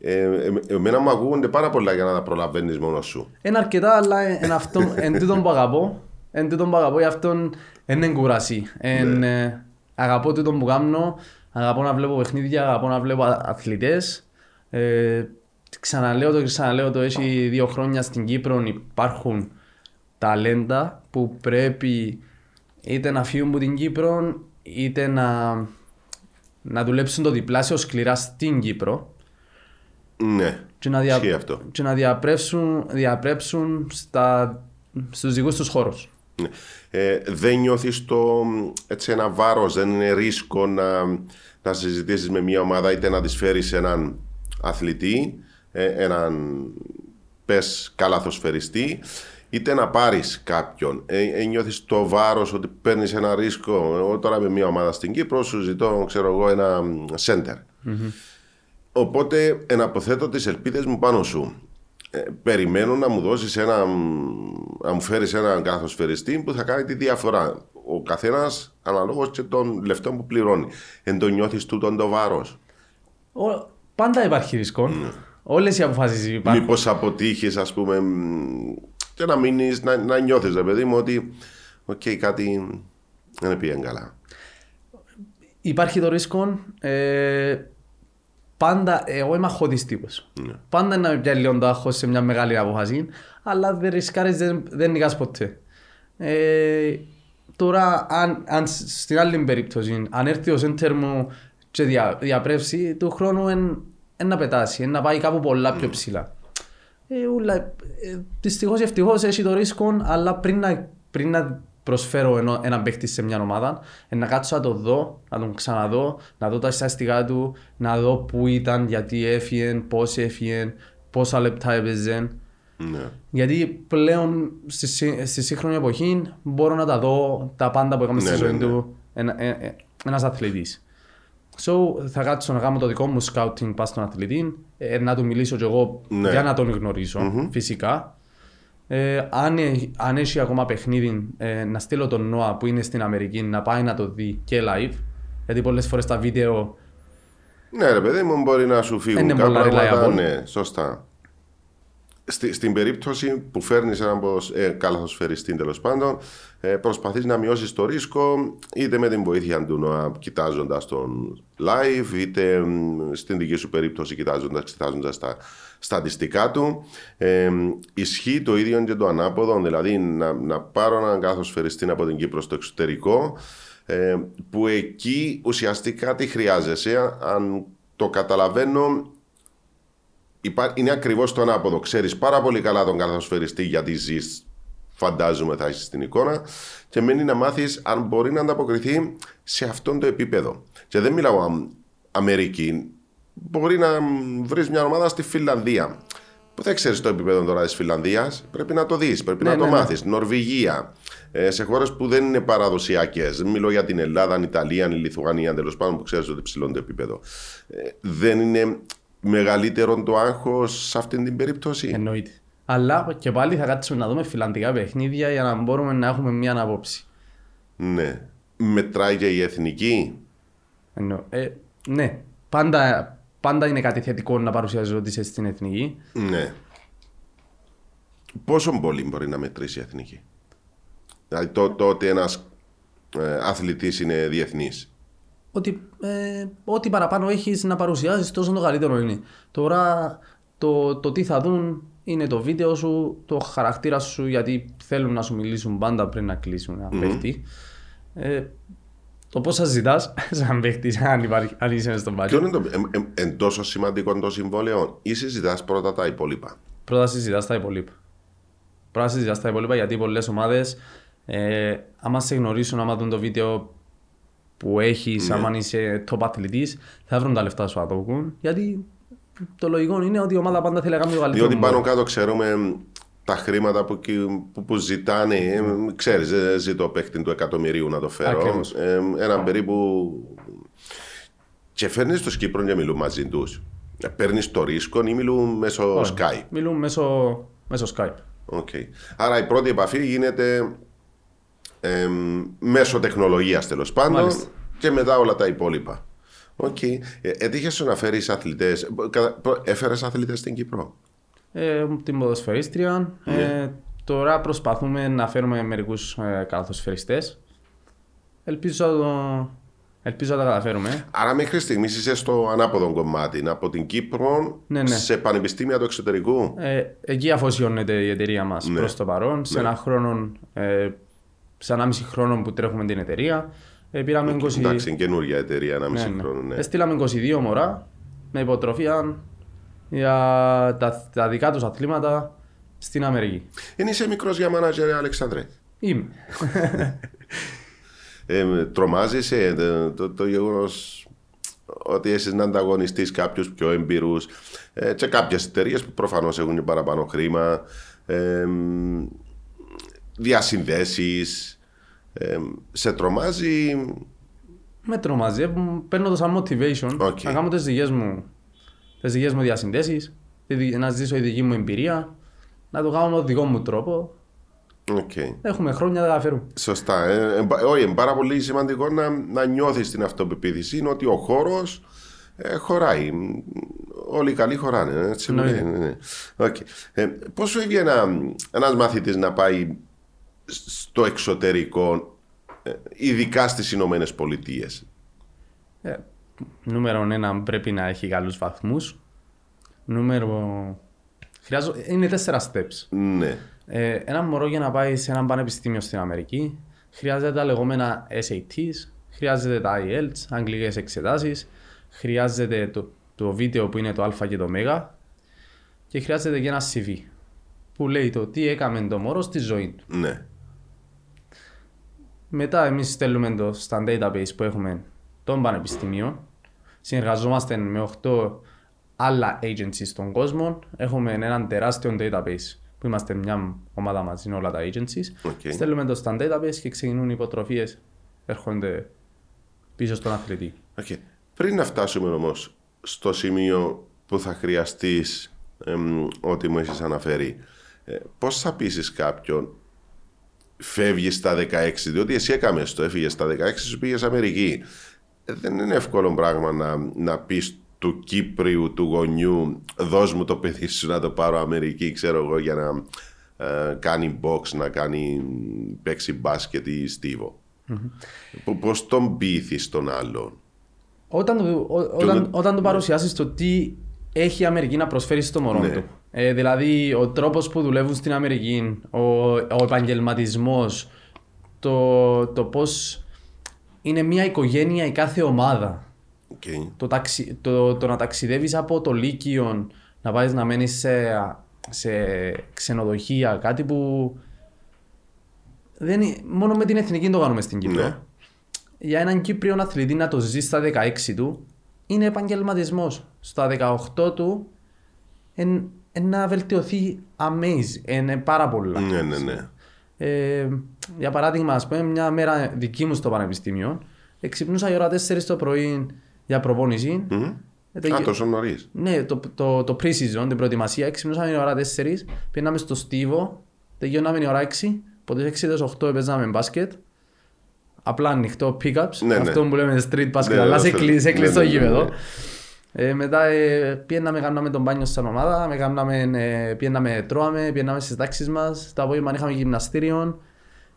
Ε, ε, εμένα μου ακούγονται πάρα πολλά για να τα προλαβαίνεις μόνος σου. Είναι αρκετά, αλλά ε- εν, αυτό, εν τούτον που αγαπώ. Εν τούτον που αγαπώ, γι' αυτόν εν εν κουρασί. Εν, ε, αγαπώ τούτον που κάνω, αγαπώ να βλέπω παιχνίδια, αγαπώ να βλέπω α- αθλητές. Ε, ξαναλέω το, ξαναλέω το, έχει δύο χρόνια στην Κύπρο υπάρχουν ταλέντα που πρέπει είτε να φύγουν από την Κύπρο, είτε να, να δουλέψουν το διπλάσιο σκληρά στην Κύπρο Ναι. και να, δια... Ισχύει αυτό. και να διαπρέψουν, διαπρέψουν στα... στους δικούς τους χώρους. Ναι. Ε, δεν νιώθεις το μ, έτσι ένα βάρος, δεν είναι ρίσκο να, να συζητήσεις με μια ομάδα είτε να της φέρεις έναν αθλητή, ε, έναν πες καλαθοσφαιριστή, είτε να πάρεις κάποιον. Ε, ε, νιώθεις το βάρος ότι παίρνεις ένα ρίσκο. Εγώ τώρα με μια ομάδα στην Κύπρο σου ζητώ, ξέρω εγώ, ένα μ, center. Οπότε εναποθέτω τις ελπίδες μου πάνω σου. Ε, περιμένω να μου δώσεις ένα, να μου φέρεις έναν καθοσφαιριστή που θα κάνει τη διαφορά. Ο καθένας αναλόγως και των λεφτών που πληρώνει. Εν το νιώθεις τούτον το βάρος. Ο... Πάντα υπάρχει ρίσκο. Ναι. Όλες οι αποφάσεις υπάρχουν. Μήπως αποτύχεις ας πούμε μ, και να μείνεις, να, να νιώθεις ρε παιδί μου ότι οκ κάτι δεν πήγαινε καλά. Υπάρχει το ρίσκο. Ε... Πάντα, ε, εγώ είμαι αχώδης τύπος. Ναι. Πάντα να με πιάνει λίγο το άγχος σε μια μεγάλη αποφάση, αλλά δεν ρισκάρεις, δεν, δεν νικάς ποτέ. Ε... Τώρα, αν, αν σ- στην άλλη περίπτωση, αν έρθει ο σέντερ μου και δια, διαπρέψει, του χρόνου εν, ε, να πετάσει, ε, να πάει κάπου πολλά Ναι. πιο ψηλά. Ε, ούλα, ε, δυστυχώς ή ευτυχώς έχει το ρίσκο, αλλά πριν να, πριν να προσφέρω ενώ, έναν παίχτη σε μια ομάδα, ε, να κάτσω να το δω, να τον ξαναδώ, να δω τα συστατικά του, να δω πού ήταν, γιατί έφυγε, πώς έφυγε, πόσα λεπτά έπαιζε. Ναι. Γιατί πλέον στη, σύ- στη σύγχρονη εποχή μπορώ να τα δω τα πάντα που έκαμε Ναι, στη ζωή ναι, ναι. του ένα ε, ε, ένας αθλητής. So, θα κάτσω να κάνω το δικό μου scouting πας στον αθλητή, ε, να του μιλήσω κι εγώ Ναι. για να τον γνωρισω φυσικά. Ε, αν, ε- αν έχει ακόμα παιχνίδι, ε, να στείλω τον Νόα που είναι στην Αμερική να πάει να το δει και live. Γιατί πολλές φορές τα βίντεο Ναι, ρε παιδί μου, μπορεί να σου φύγουν Είναι κάποια πολλά πράγματα. reliable. Ναι, σωστά. Στη, στην περίπτωση που φέρνεις έναν ποδοσ- ε, καλαθοσφαιριστή τέλος πάντων, ε, προσπαθείς να μειώσεις το ρίσκο είτε με την βοήθεια του ΝΟΑ κοιτάζοντας τον live, είτε μ, στην δική σου περίπτωση κοιτάζοντας κοιτάζοντας τα στατιστικά του. Ε, μ, ισχύει το ίδιο και το ανάποδο, δηλαδή να, να πάρω έναν καλαθοσφαιριστή από την Κύπρο στο εξωτερικό, ε, που εκεί ουσιαστικά τι χρειάζεσαι, αν το καταλαβαίνω, υπά- είναι ακριβώς το ανάποδο. Ξέρεις πάρα πολύ καλά τον καθοσφαιριστή γιατί ζεις, φαντάζομαι θα έχεις την εικόνα. Και μένει να μάθεις αν μπορεί να ανταποκριθεί σε αυτόν το επίπεδο. Και δεν μιλάω αμ- Αμερική. Μπορεί να βρεις μια ομάδα στη Φιλανδία. Που δεν ξέρεις το επίπεδο τώρα της Φιλανδίας. Πρέπει να το δεις, πρέπει Ναι, να το ναι, ναι. μάθεις. Νορβηγία. Ε, σε χώρες που δεν είναι παραδοσιακές. Μιλώ για την Ελλάδα, την Ιταλία, την Λιθουανία τέλος πάντων που ξέρεις ότι ψηλώνει το επίπεδο. Ε, δεν είναι μεγαλύτερο το άγχος σε αυτή την περίπτωση. Εννοείται. Αλλά και πάλι θα κάτσουμε να δούμε φιλανδικά παιχνίδια για να μπορούμε να έχουμε μια άποψη. Ναι. Μετράει και η εθνική. Εννοώ. Ε, ναι, πάντα, πάντα είναι κάτι θετικό να παρουσιάζει ότι είσαι στην εθνική. Ναι. Πόσο πολύ μπορεί να μετρήσει η εθνική. Δηλαδή το, το ότι ένας αθλητής είναι διεθνής. Ότι ε, ό,τι παραπάνω έχεις να παρουσιάζεις, τόσο το καλύτερο είναι. Τώρα το, το τι θα δουν είναι το βίντεο σου, το χαρακτήρα σου, γιατί θέλουν να σου μιλήσουν πάντα πριν να κλείσουν ένα παίχτη. Ε, το πώς σας ζητάς, σαν παίχτη, αν, υπάρχει- αν είσαι μες στον Ποιο πάγκο. είναι το ε, ε, εν τόσο σημαντικό το συμβόλαιο, ή συζητάς πρώτα τα υπόλοιπα. Πρώτα συζητάς τα υπόλοιπα. Πρώτα συζητάς τα υπόλοιπα γιατί πολλές ομάδες, ε, άμα σε γνωρίσουν, άμα δουν το βίντεο που έχει, Ναι. άμα είσαι top αθλητής, θα βρουν τα λεφτά σου να το βγουν. Γιατί το λογικό είναι ότι η ομάδα πάντα θέλει να κάνει το καλύτερο. Διότι μπορεί. πάνω κάτω ξέρουμε μ, τα χρήματα που, κυ- που, που ζητάνε. ε, μ, Ξέρεις, δεν ζητώ παίχτη του εκατομμυρίου να το φέρω. Ακριβώς. Ε, μ, έναν περίπου. Και φέρνεις τους Κύπρο και μιλούν μαζί τους. Παίρνεις το ρίσκο ή μιλούν μέσω Ωραία. Skype. Μιλούμε μέσω, μέσω Skype. Οκ. Άρα η πρώτη επαφή γίνεται ε, μέσω τεχνολογίας τέλος πάντων Μάλιστα. και μετά όλα τα υπόλοιπα. Οκ. Ε, έτυχες να φέρει αθλητέ. Έφερες αθλητές στην Κύπρο. Ε, την ποδοσφαιρίστρια. Ναι. Ε, τώρα προσπαθούμε να φέρουμε μερικούς ε, καλαθοσφαιριστές. Ελπίζω, να το- ελπίζω να τα καταφέρουμε. Άρα μέχρι στιγμής είσαι στο ανάποδο κομμάτι, από την Κύπρο Ναι, ναι. σε πανεπιστήμια του εξωτερικού. Ε, εκεί αφοσιώνεται η εταιρεία μας Ναι. προς προ το παρόν. Σε ένα χρόνο, ε, σε ένα μισή χρόνο που τρέχουμε την εταιρεία, ε, πήραμε 20. Εντάξει, είναι καινούργια εταιρεία, ένα ναι, μισή ναι. χρόνο. Ναι. Ε, στείλαμε 22 μωρά με υποτροφία για τα, τα δικά τους αθλήματα στην Αμερική. Είναι είσαι μικρός για μάνατζερ, Αλεξάνδρε. Είμαι. Ε, τρομάζεσαι ε, το, το, γεγονός ότι είσαι να ανταγωνιστείς κάποιους πιο εμπειρούς ε, και κάποιες εταιρείες που προφανώς έχουν και παραπάνω χρήμα, ε, διασυνδέσεις. ε, σε τρομάζει. με τρομάζει. ε, μ, Παίρνω το σαν motivation Οκ. να κάνω τις δικές μου, τις δικές μου διασυνδέσεις, να ζήσω η δική μου εμπειρία, να το κάνω με τον δικό μου τρόπο. Okay. Έχουμε χρόνια να τα καταφέρουμε. Σωστά. Ε, ε, μπα- όχι, είναι πάρα πολύ σημαντικό να, να νιώθεις την αυτοπεποίθηση είναι ότι ο χώρος ε, χωράει. Μ, Όλοι οι καλοί χωράνε. Έτσι, ναι, ναι, Εννοείται. ναι. Οκ. Ε, Πώς σου έβγε ένα ένας μαθητής να πάει στο εξωτερικό, ε, ειδικά στις Ηνωμένες Πολιτείες. Ε, νούμερο ένα πρέπει να έχει καλούς βαθμούς. Νούμερο. Χρειάζο... Είναι τέσσερα steps. Ναι. Ε, ένα μωρό για να πάει σε ένα πανεπιστήμιο στην Αμερική χρειάζεται τα λεγόμενα SATs, χρειάζεται τα IELTS, αγγλικές εξετάσεις, χρειάζεται το, το βίντεο που είναι το α και το ω και χρειάζεται και ένα CV που λέει το τι έκαμε το μωρό στη ζωή του. Ναι. Μετά εμείς στέλνουμε το στα database που έχουμε των πανεπιστημίων. Συνεργαζόμαστε με 8 άλλα agencies στον κόσμο. Έχουμε έναν τεράστιο database που είμαστε μια ομάδα μαζί, είναι όλα τα agencies. Οκ. Στέλνουμε το στα database και ξεκινούν οι υποτροφίες. Έρχονται πίσω στον αθλητή. Οκ. Πριν να φτάσουμε όμως στο σημείο που θα χρειαστείς ό,τι μου έχεις αναφέρει, ε, πώς θα πείσεις κάποιον φεύγεις στα 16, διότι εσύ έκαμες το, έφυγες στα 16, σου πήγες Αμερική. Ε, δεν είναι εύκολο πράγμα να, να πεις του Κύπριου, του γονιού, δώσ' μου το παιδί σου να το πάρω Αμερική, ξέρω εγώ, για να ε, κάνει box, να κάνει, παίξει μπάσκετ ή στίβο. Πο- Πώς τον πείθεις τον άλλον. Όταν, του- ό- όταν, όταν του παρουσιάσεις το τι έχει η Αμερική να προσφέρει στο μωρό Ναι. του. Ε, δηλαδή, ο τρόπος που δουλεύουν στην Αμερική, ο, ο επαγγελματισμός, το, το πώς είναι μια οικογένεια η κάθε ομάδα. Οκ. Το, ταξι, το, το να ταξιδεύεις από το Λύκειο, να πάει να μένεις σε, σε ξενοδοχεία, κάτι που. Δεν, είναι- μόνο με την εθνική το κάνουμε στην Κύπρο Ναι. για έναν Κύπριο αθλητή να το ζεις στα 16 του είναι επαγγελματισμός. Στα 18 του εν, εν να βελτιωθεί amazing, εν, πάρα πολλά. Ναι, ναι, ναι. Ε, για παράδειγμα, ας πούμε, μια μέρα δική μου στο πανεπιστήμιο, ξυπνούσα η ώρα 4 το πρωί για προπόνηση. Ε, το Α, γε- τόσο νωρίς. ναι, το, το, το pre-season, την προετοιμασία, ξυπνούσαμε η ώρα 4, πήγαμε στο Στίβο, τελειώναμε η ώρα 6, ποτέ 6-8 παίζαμε μπάσκετ. Απλά ανοιχτό pick-ups, Ναι, ναι. αυτό που λέμε street basket, Ναι, αλλά αυτό- σε κλεί- σε ναι, κλειστό ναι, ναι, ναι. γήπεδο. Ε, μετά ε, πήγαμε, κάναμε τον μπάνιο σαν ομάδα, με κάναμε, ε, πήγαμε, τρώαμε, πήγαμε στις τάξεις μας, τα απόγευμα είχαμε γυμναστήριο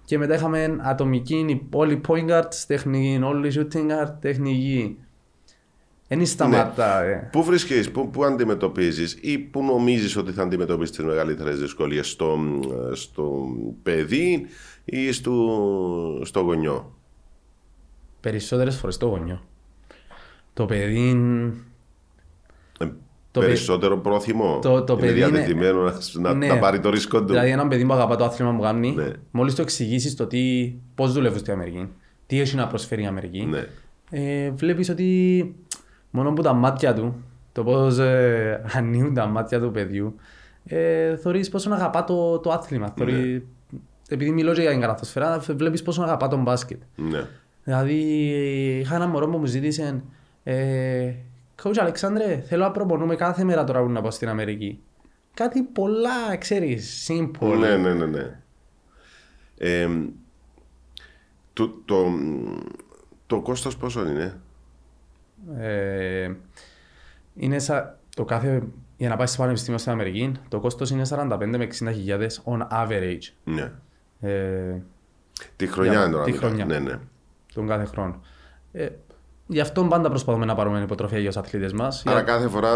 και μετά είχαμε ατομική, όλοι point guards, τεχνική, όλοι shooting guard, τεχνική. Ναι. Εν σταματά, ε. Πού βρίσκεσαι, πού, πού αντιμετωπίζεις ή πού νομίζεις ότι θα αντιμετωπίσεις τις μεγαλύτερες δυσκολίες, στο, ε, στο παιδί ή στο, στο γονιό. Περισσότερες φορές το γονιό. Το παιδί... Ε, Το Περισσότερο πρόθυμο. το- το είναι παιδί είναι- διατεθειμένο να, να- ναι. να πάρει το ρίσκο του. Δηλαδή έναν παιδί που αγαπά το άθλημα που κάνει, Ναι. μόλις το εξηγήσεις το τι, πώς δουλεύουν στην Αμερική, τι έχει να προσφέρει η Αμερική, Ναι. ε, βλέπεις ότι μόνο που τα μάτια του, το πώς ε, ανοίγουν τα μάτια του παιδιού, ε, θεωρείς πόσο αγαπά το, το άθλημα. Ναι. Θεωρεί- Επειδή μιλώ και για την καλαθοσφαιρά, βλέπεις πόσο αγαπά τον μπάσκετ. ναι. Δηλαδή, είχα ένα μωρό που μου ζήτησε ε, «Coach Αλεξάνδρε, θέλω να προπονούμε κάθε μέρα τώρα που να πάω στην Αμερική». Κάτι πολλά, ξέρεις, simple. Ναι, ναι, ναι. ναι. Ε, το, το, το κόστος πόσο είναι. Ε, είναι σα, το κάθε, για να πάεις στο πανεπιστήμιο στην Αμερική, το κόστος είναι 45 με 60 χιλιάδες on average. Ναι. Ε, Τη χρονιά Για- είναι τώρα. τη μιλάμε. χρονιά. Ναι, ναι. τον κάθε χρόνο. Ε, γι' αυτό πάντα προσπαθούμε να πάρουμε υποτροφία για τους αθλητές μας. Άρα Για- κάθε φορά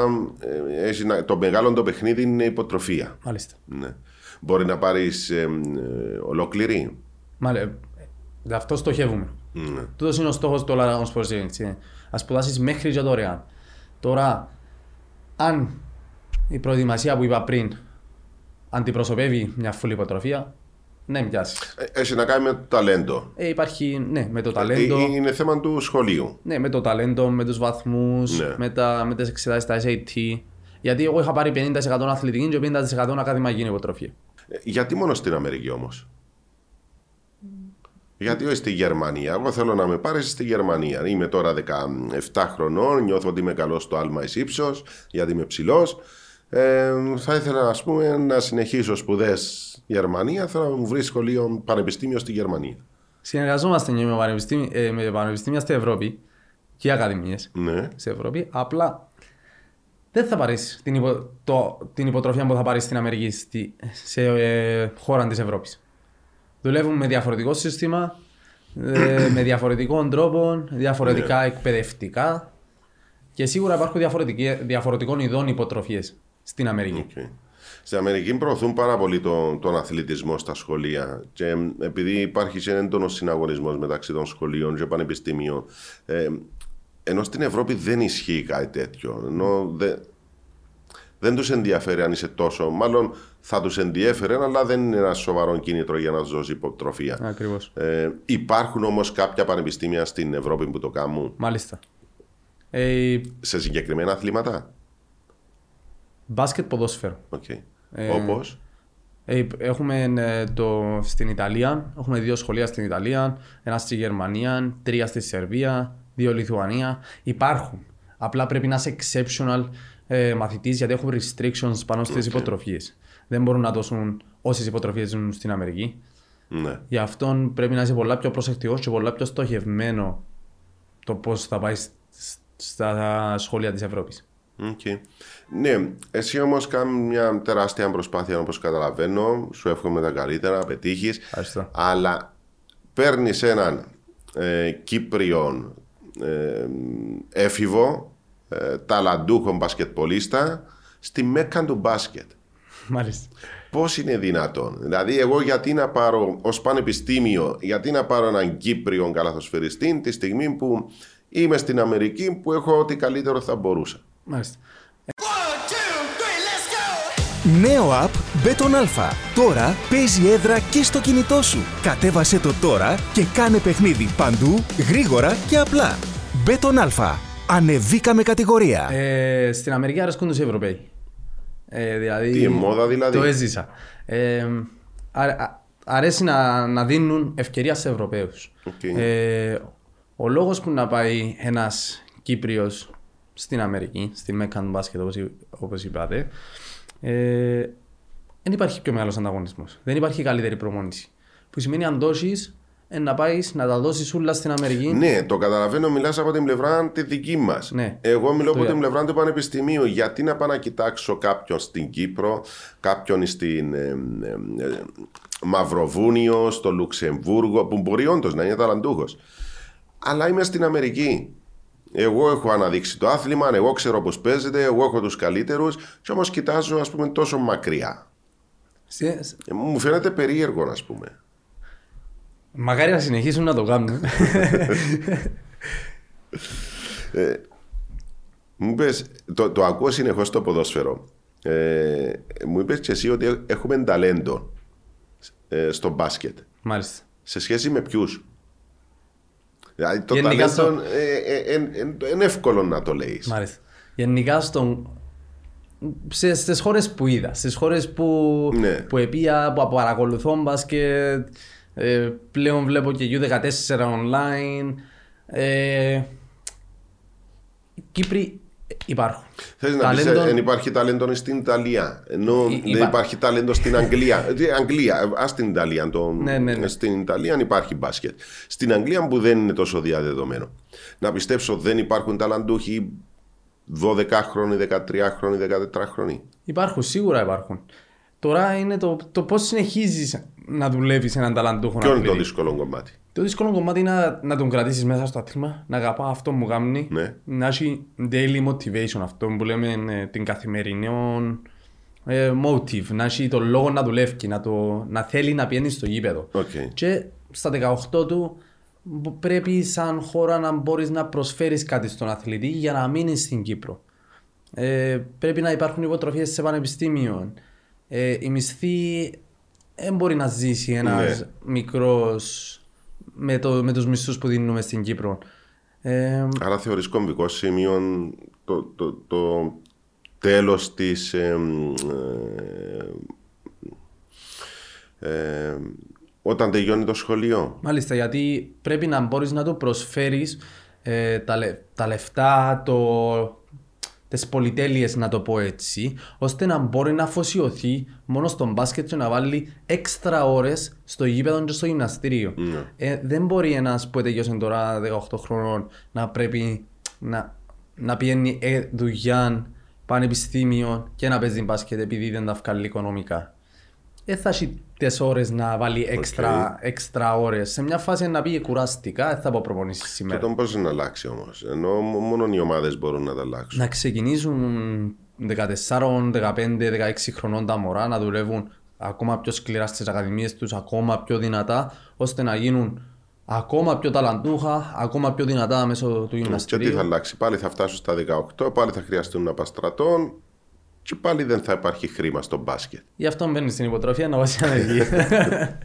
ε, έχει να- το μεγάλο το παιχνίδι είναι υποτροφία. Μάλιστα. Ναι. Μπορεί να πάρεις ολόκληρη. Μάλιστα. Ε, αυτό στοχεύουμε. Ναι. Τούτος είναι ο στόχος του All Around Sports Agency. ε. Να σπουδάσεις μέχρι και δωρεάν. Τώρα, αν η προετοιμασία που είπα πριν αντιπροσωπεύει μια φουλή υποτροφία, ναι, πιάσεις. Ε, Έχει να κάνει με το ταλέντο. Ε, υπάρχει, ναι, με το Ε, ταλέντο. Είναι θέμα του σχολείου. Ναι, με το ταλέντο, με τους βαθμούς, Ναι. με, τα, με τις εξετάσεις, τα SAT. Γιατί εγώ είχα πάρει 50% αθλητική και 50% ακαδημαϊκή υποτροφία. Ε, Γιατί μόνο στην Αμερική όμως. Γιατί όχι στη Γερμανία. Εγώ θέλω να με πάρεις στη Γερμανία. Είμαι τώρα 17 χρονών, νιώθω ότι είμαι καλός στο άλμα εις ύψος, γιατί είμαι ψηλός. Ε, θα ήθελα ας πούμε, να συνεχίσω σπουδές Γερμανία. Θέλω να μου βρει σχολείο πανεπιστήμιο στη Γερμανία. Συνεργαζόμαστε και με, πανεπιστήμι- ε, με πανεπιστήμια στην Ευρώπη και ακαδημίες. Ναι. σε Ευρώπη. Απλά δεν θα πάρεις την, υπο, το, την υποτροφία που θα πάρεις στην Αμερική στη, σε ε, χώρα της Ευρώπης. Δουλεύουν με διαφορετικό σύστημα, ε, με διαφορετικών τρόπων, διαφορετικά εκπαιδευτικά και σίγουρα υπάρχουν διαφορετικοί- διαφορετικών ειδών υποτροφίες στην Αμερική. Okay. Στην Αμερική προωθούν πάρα πολύ τον, τον αθλητισμό στα σχολεία και εμ, επειδή υπάρχει και έντονο συναγωνισμός μεταξύ των σχολείων και πανεπιστήμιων, ε, Ενώ στην Ευρώπη δεν ισχύει κάτι τέτοιο. Ενώ δεν, δεν τους ενδιαφέρει αν είσαι τόσο. Μάλλον θα τους ενδιέφερε, αλλά δεν είναι ένα σοβαρό κίνητρο για να ζώσει υποτροφία. Ακριβώς. Ε, υπάρχουν όμως κάποια πανεπιστήμια στην Ευρώπη που το κάνουν Μάλιστα. Ε, σε συγκεκριμένα αθλήματα. μπάσκετ ποδόσφαιρο. Οκ. Ε, Όπως. Ε, έχουμε ε, το, στην Ιταλία, έχουμε δύο σχολεία στην Ιταλία, ένα στη Γερμανία, τρία στη Σερβία, δύο Λιθουανία. Υπάρχουν. Απλά πρέπει να είσαι exceptional ε, μαθητής γιατί έχουν restrictions πάνω στις υποτροφίες. Δεν μπορούν να δώσουν όσες υποτροφίες δίνουν στην Αμερική. Ναι. Γι' αυτό πρέπει να είσαι πολλά πιο προσεκτικός και πολλά πιο στοχευμένο το πώς θα πάει σ- σ- στα σχολεία της Ευρώπης. Οκ. Ναι, εσύ όμως κάνει μια τεράστια προσπάθεια όπως καταλαβαίνω. Σου εύχομαι τα καλύτερα, να πετύχεις. Ευχαριστώ. Αλλά παίρνεις έναν ε, Κύπριον ε, έφηβο, ε, ταλαντούχο μπασκετπολίστα στη μέκα του μπάσκετ. Μάλιστα. Πώς είναι δυνατόν. Δηλαδή, εγώ γιατί να πάρω ως πανεπιστήμιο, γιατί να πάρω έναν Κύπριον καλαθοσφαιριστή τη στιγμή που είμαι στην Αμερική που έχω ό,τι καλύτερο θα μπορούσα. Μάλιστα. Νέο app Beton Alpha. Τώρα παίζει έδρα και στο κινητό σου. Κατέβασε το τώρα και κάνε παιχνίδι παντού, γρήγορα και απλά. Beton Alpha. Ανεβήκαμε κατηγορία. Ε, στην Αμερική αρέσκουν τους Ευρωπαίοι. Ε, δηλαδή, Τι, η μόδα δηλαδή? Το έζησα. Ε, α- α- αρέσει να, να δίνουν ευκαιρία σε Ευρωπαίους. Οκ. Ε, ο λόγος που να πάει ένας Κύπριος στην Αμερική, στη Μέκκαν Μπάσκετ όπως, εί- όπως είπατε, ε, δεν υπάρχει πιο μεγάλος ανταγωνισμός. Δεν υπάρχει καλύτερη προμόνηση. Που σημαίνει αν δώσεις, να πάεις να τα δώσεις όλα στην Αμερική. Ναι, το καταλαβαίνω, μιλάς από την πλευρά τη δική μας. Ναι. Εγώ μιλώ Το από για- την πλευρά του Πανεπιστημίου. Γιατί να πάω να κοιτάξω κάποιον στην Κύπρο, κάποιον στην ε, ε, ε, Μαυροβούνιο, στο Λουξεμβούργο, που μπορεί όντως να είναι ταλαντούχος. Αλλά είμαι στην Αμερική. Εγώ έχω αναδείξει το άθλημα, εγώ ξέρω πώς παίζεται, εγώ έχω τους καλύτερους, και όμως κοιτάζω, ας πούμε, τόσο μακριά. Σε- Ε, Μου φαίνεται περίεργο, ας πούμε. Μακάρι να συνεχίσουν να το κάνουν. Μου είπες, το, το ακούω συνεχώς το ποδόσφαιρο. Ε, μου είπες και εσύ ότι έχουμε ταλέντο ε, στο μπάσκετ. Μάλιστα. Σε σχέση με ποιους. Δηλαδή το Γενικά στο- ταλέντο ε, ε, ε, ε, ε, είναι εύκολο να το λέεις. Μάλιστα. Γενικά στον... σε, στις χώρες που είδα, στις χώρες που, Ναι. που επία, που παρακολουθώ μπάσκετ, ε, πλέον βλέπω και U14 online. Ε, οι Κύπροι υπάρχουν. Θες να ε, πει, Ταλέντο- δεν υπάρχει ταλέντο στην Ιταλία. Ενώ Υ- δεν υπά- υπάρχει ταλέντο στην Αγγλία. Ε, τι, Αγγλία, ας την Ιταλία. Το... Ναι, ναι, ναι. Στην Ιταλία υπάρχει μπάσκετ. Στην Αγγλία που δεν είναι τόσο διαδεδομένο. Να πιστέψω δεν υπάρχουν ταλαντούχοι 12χρονοι, 13χρονοι, 14χρονοι. Υπάρχουν, σίγουρα υπάρχουν. Τώρα είναι το, το πώς συνεχίζεις να δουλεύεις έναν ταλαντούχο Ποιο είναι το αθλητή. δύσκολο κομμάτι. Το δύσκολο κομμάτι είναι να, να τον κρατήσεις μέσα στο άθλημα, να αγαπά αυτό που κάνει, Ναι. να έχει daily motivation, αυτό που λέμε ε, την καθημερινή ε, motive, να έχει τον λόγο να δουλεύει, να, το, να θέλει να πηγαίνει στο γήπεδο. Οκ. Και στα 18 του μπο- πρέπει σαν χώρα να μπορείς να προσφέρεις κάτι στον αθλητή για να μείνεις στην Κύπρο. Ε, πρέπει να υπάρχουν υποτροφίες σε πανεπιστήμιο. Ε, η μισθή δεν μπορεί να ζήσει ένας Ναι. μικρός με, το, με τους μισθούς που δίνουμε στην Κύπρο. Ε, Άρα θεωρείς κομβικό σημείο το, το, το τέλος της εμ, ε, ε, όταν τελειώνει το σχολείο. μάλιστα, γιατί πρέπει να μπορείς να του προσφέρεις ε, τα, λε- τα λεφτά, το, τις πολυτέλειες να το πω έτσι, ώστε να μπορεί να αφοσιωθεί μόνο στον μπάσκετ και να βάλει έξτρα ώρες στο γήπεδο και στο γυμναστήριο. Ε, δεν μπορεί ένας που τελειώσε τώρα 18 χρονών να πρέπει να, να πηγαίνει ε, δουλειά, πανεπιστήμιο και να παίζει μπάσκετ επειδή δεν τα βγάλει οικονομικά. Δεν θα έχει τις ώρες να βάλει έξτρα, έξτρα ώρες. Σε μια φάση να πήγε κουραστικά, δεν θα πω προπονήσεις Και σήμερα. τον πώς να αλλάξει όμως. Ενώ μο- μόνο οι ομάδες μπορούν να τα αλλάξουν. να ξεκινήσουν 14, 15, 16 χρονών τα μωρά να δουλεύουν ακόμα πιο σκληρά στις ακαδημίες τους, ακόμα πιο δυνατά, ώστε να γίνουν ακόμα πιο ταλαντούχα, ακόμα πιο δυνατά μέσω του Ναι, Και τι γυμναστηρίου. θα αλλάξει, πάλι θα φτάσουν στα 18, πάλι θα χρειαστούν να πας στρατών και πάλι δεν θα υπάρχει χρήμα στο μπάσκετ. Γι' αυτό μπαίνεις στην υποτροφία να βάζεις ανεργία.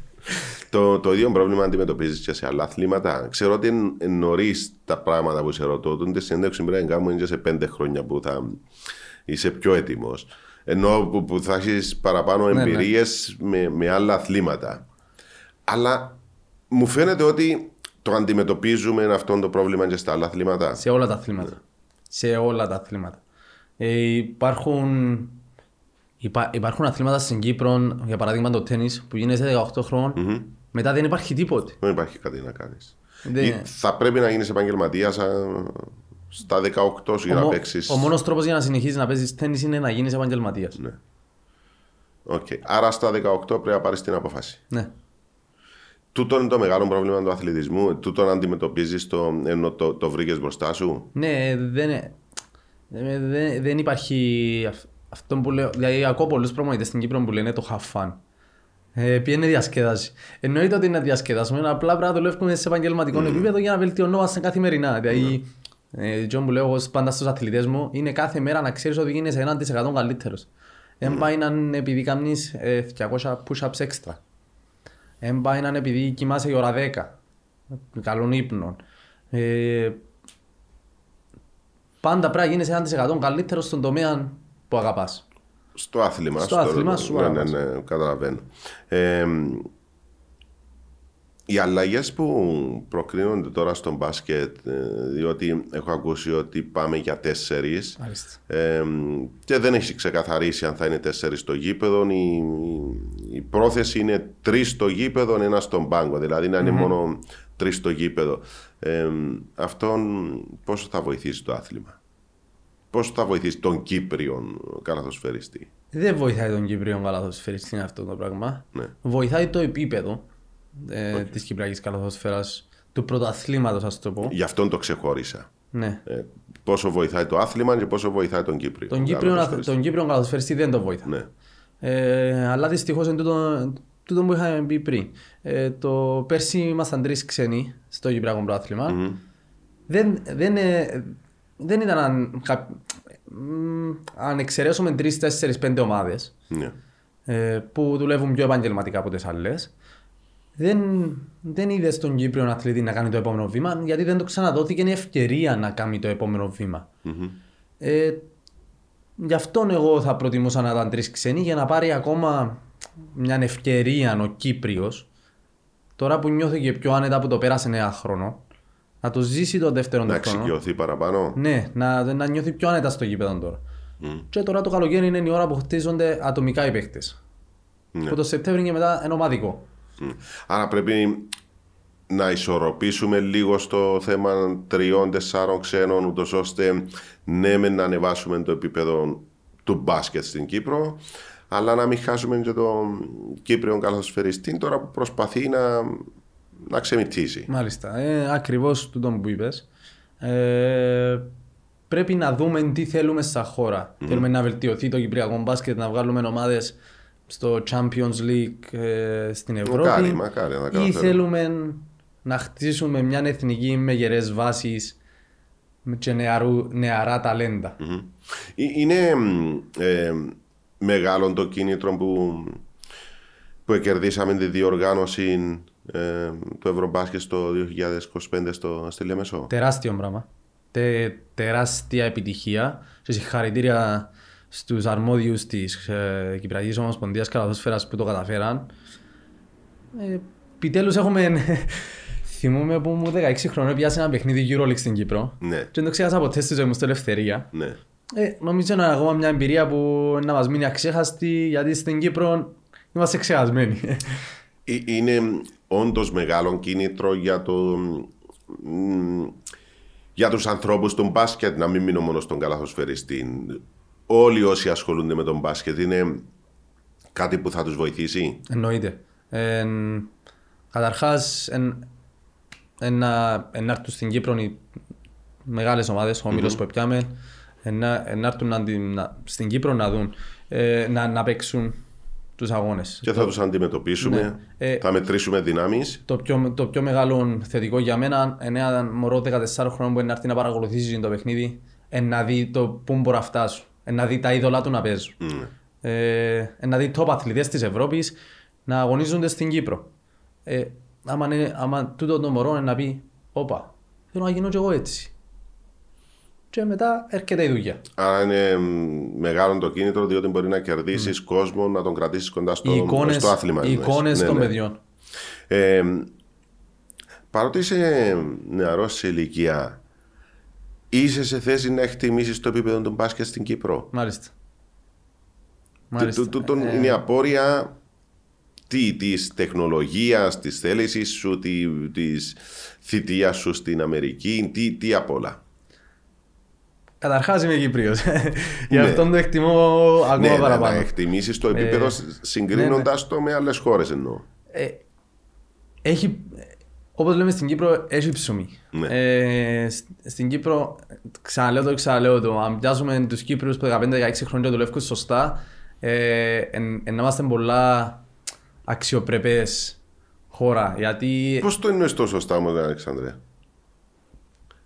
Το, το ίδιο πρόβλημα αντιμετωπίζεις και σε άλλα αθλήματα. Ξέρω ότι είναι νωρίς τα πράγματα που σε ρωτώ. Τότε συνέντευξη πρέπει να κάνουμε είναι και σε πέντε χρόνια που θα είσαι πιο έτοιμος. Ενώ που, που θα έχεις παραπάνω ναι. εμπειρίες με, με άλλα αθλήματα. Αλλά μου φαίνεται ότι το αντιμετωπίζουμε αυτό το πρόβλημα και στα άλλα αθλήματα. σε όλα τα αθλήματα. Σε όλα τα αθλήματα. Ε, υπάρχουν, υπά- υπάρχουν αθλήματα στην Κύπρο, για παράδειγμα το τέννις, που γίνεται 18 χρονων μετά δεν υπάρχει τίποτε. Δεν υπάρχει κάτι να κάνεις. Δεν- Θα πρέπει να γίνεις επαγγελματίας στα 18 σου για ο, να μο- παίξεις. ο μόνος τρόπος για να συνεχίσεις να παίζεις τέννη είναι να γίνεις επαγγελματίας. Ναι. Άρα στα 18 πρέπει να πάρεις την αποφάση. Ναι. Τούτο είναι το μεγάλο πρόβλημα του αθλητισμού. Τούτο να αντιμετωπίζεις το, ενώ το, το βρήκες μπροστά σου. Ναι, δεν, δεν, δεν- δεν υπάρχει αυ- αυτό που λέω. Δηλαδή, ακούω πολλούς προμονητές στην Κύπρο που λένε το have fun. Ε, ποια είναι διασκέδαση. Εννοείται ότι είναι διασκεδασμένο, απλά πρέπει να δουλεύουμε σε επαγγελματικό επίπεδο για να βελτιωνόμαστε καθημερινά. Δηλαδή, ε, Τζον που λέω εγώ πάντα στους αθλητές μου είναι κάθε μέρα να ξέρεις ότι γίνεσαι 1% καλύτερο. Δεν πάει να είναι επειδή κάνεις 200 push-ups έξτρα. Δεν πάει να είναι επειδή κοιμάσαι η ώρα 10. Καλών ύπνων. Ε, πάντα πρέπει να γίνεις 1% καλύτερος στον τομέα που αγαπάς. Στο άθλημα. Στο άθλημα σου, Ναι, ναι, άμα. ναι, καταλαβαίνω. Ε, οι αλλαγές που προκρίνονται τώρα στο μπάσκετ, ε, διότι έχω ακούσει ότι πάμε για τέσσερις. Μάλιστα. Ε, και δεν έχει ξεκαθαρίσει αν θα είναι τέσσερις στο γήπεδο. Η, η πρόθεση είναι τρεις στο γήπεδο, ένα στον πάγκο. Δηλαδή να είναι μόνο τρεις στο γήπεδο. Ε, αυτόν πόσο θα βοηθήσει το άθλημα. Πόσο θα βοηθήσει τον Κύπριον καλαθοσφαιριστή. Δεν βοηθάει τον Κυπρίον καλαθοσφαιριστή αυτό το πράγμα. Ναι. Βοηθάει το επίπεδο ε, της Κυπριακής καλαθοσφαίρα, του πρωταθλήματος, ας το πω. Γι' αυτόν το ξεχώρισα. Ναι. Ε, πόσο βοηθάει το άθλημα και πόσο βοηθάει τον Κύπριο. Τον Κύπριο, καλαθοσφαιριστή. τον Κύπριο καλαθοσφαιριστή δεν το βοηθάει. Ναι. Ε, αλλά δυστυχώς είναι τούτο, τούτο που είχαμε πει πριν. Ε, το πέρσι ήμασταν τρεις ξένοι στο Κυπριακό πρωτάθλημα. Δεν, δεν, ε, δεν ήταν. Αν, κα, μ, αν εξαιρέσουμε τρεις, τέσσερις, πέντε ομάδες ναι. ε, που δουλεύουν πιο επαγγελματικά από τις άλλες, δεν, δεν είδες τον Κύπριο αθλητή να κάνει το επόμενο βήμα, γιατί δεν του ξαναδόθηκε η ευκαιρία να κάνει το επόμενο βήμα. Ε, γι' αυτόν εγώ θα προτιμούσα να ήταν τρεις ξένοι για να πάρει ακόμα μια ευκαιρία ο Κύπριος. Τώρα που νιώθηκε πιο άνετα που το πέρασε 9 χρόνο, να το ζήσει το δεύτερο Να του χρόνο. εξοικειωθεί παραπάνω. Ναι, να, να νιώθει πιο άνετα στο γήπεδο τώρα. Και τώρα το καλοκαίρι είναι η ώρα που χτίζονται ατομικά οι παίχτε. Ναι. Που το Σεπτέμβριο και μετά είναι ομαδικό. Μμ. Άρα πρέπει να ισορροπήσουμε λίγο στο θέμα τριών-τεσσάρων ξένων, ούτως ώστε ναι, μεν να ανεβάσουμε το επίπεδο του μπάσκετ στην Κύπρο, αλλά να μην χάσουμε και τον Κύπριο καλαθοσφαιριστή τώρα που προσπαθεί να, να ξεμητήσει. Μάλιστα. Ε, Ακριβώς τούτο που είπες. Ε, πρέπει να δούμε τι θέλουμε σαν χώρα. Θέλουμε να βελτιωθεί το Κυπριακό μπάσκετ, να βγάλουμε ομάδες στο Champions League ε, στην Ευρώπη. Μακάρι, μακάρι να τα Ή καταφέρουμε. θέλουμε να χτίσουμε μια εθνική με γερές βάσεις και νεαρού, νεαρά ταλέντα. Μμ. Ε- Είναι μ, ε, μεγάλο το κίνητρο που, που κερδίσαμε τη διοργάνωση ε, του Ευρωμπάσκετ το 2025 στο, στη Λεμεσό. Τεράστιο πράγμα. Τε, τεράστια επιτυχία. Και συγχαρητήρια στους αρμόδιους της ε, Κυπριακής Ομοσπονδίας Καλαθόσφαιρας που το καταφέραν. Ε, επιτέλους έχουμε... Θυμούμαι που μου 16 χρονών πιάσε ένα παιχνίδι EuroLeague στην Κύπρο. Ναι. Και δεν το ξέχασα ποτέ στη ζωή μου στο ελευθερία. Ναι. Ε, νομίζω είναι ακόμα μια εμπειρία που να μας μείνει αξέχαστη γιατί στην Κύπρο είμαστε ξεχασμένοι. Ε- Είναι όντως μεγάλο κίνητρο για το. μ, για τους ανθρώπους του μπάσκετ, να μην μείνω μόνο στον καλαθοσφαιριστή. Όλοι όσοι ασχολούνται με τον μπάσκετ είναι κάτι που θα τους βοηθήσει. Εννοείται. Ε, Καταρχά, να εν να έρθουν στην Κύπρο οι μεγάλες ομάδες, ο ομιλο που πιάμε, να, εν να έρθουν να την- να- στην Κύπρο να δουν, ε, να, να παίξουν τους αγώνες. Και θα τους αντιμετωπίσουμε, Ναι. Ε, θα μετρήσουμε δυνάμεις. Το πιο, το πιο μεγάλο θετικό για μένα, ένα μωρό 14 χρόνων που είναι να έρθει να παρακολουθήσει το παιχνίδι, ε, να δει το πού μπορεί να φτάσουν, ε, να δει τα είδωλά του να παίζουν. Ναι. Ε, ε, να δει top αθλητές της Ευρώπης να αγωνίζονται στην Κύπρο. Ε, άμα, είναι, άμα τούτο το μωρό είναι να πει, Όπα, θέλω να γίνω κι εγώ έτσι. Και μετά έρχεται η δουλειά. Άρα είναι μ, μεγάλο το κίνητρο διότι μπορεί να κερδίσεις κόσμο, να τον κρατήσεις κοντά στο, Οι εικόνες στο άθλημα. εννοείς. Ναι, των ναι. παιδιών. Ε, παρότι είσαι νεαρός σε ηλικία, είσαι σε θέση να εκτιμήσεις το επίπεδο των μπάσκετ στην Κύπρο. Μάλιστα. Του- του- τούτον Ε, είναι η απόρρια της τεχνολογίας, της θέλησης σου, τη θητείας σου στην Αμερική, τι, τι απ' όλα. Καταρχάς είμαι Κύπριο. Γι' Ναι. αυτόν το εκτιμώ ακόμα ναι, να- παραπάνω. Ναι, να εκτιμήσεις το επίπεδο συγκρίνοντα το με άλλες χώρες εννοώ. Ε, έχει, όπως λέμε στην Κύπρο, έχει ψωμί. Ναι. Ε, σ- στην Κύπρο, ξαναλέω το, ξαναλέω το, αν πιάσουμε τους Κύπρους που 15-16 χρόνια δουλεύουν σωστά, ε, εν, εν, να είμαστε πολλά αξιοπρεπές χώρα, γιατί Πώς το εννοείς το σωστά όμω, Αλεξάνδρε.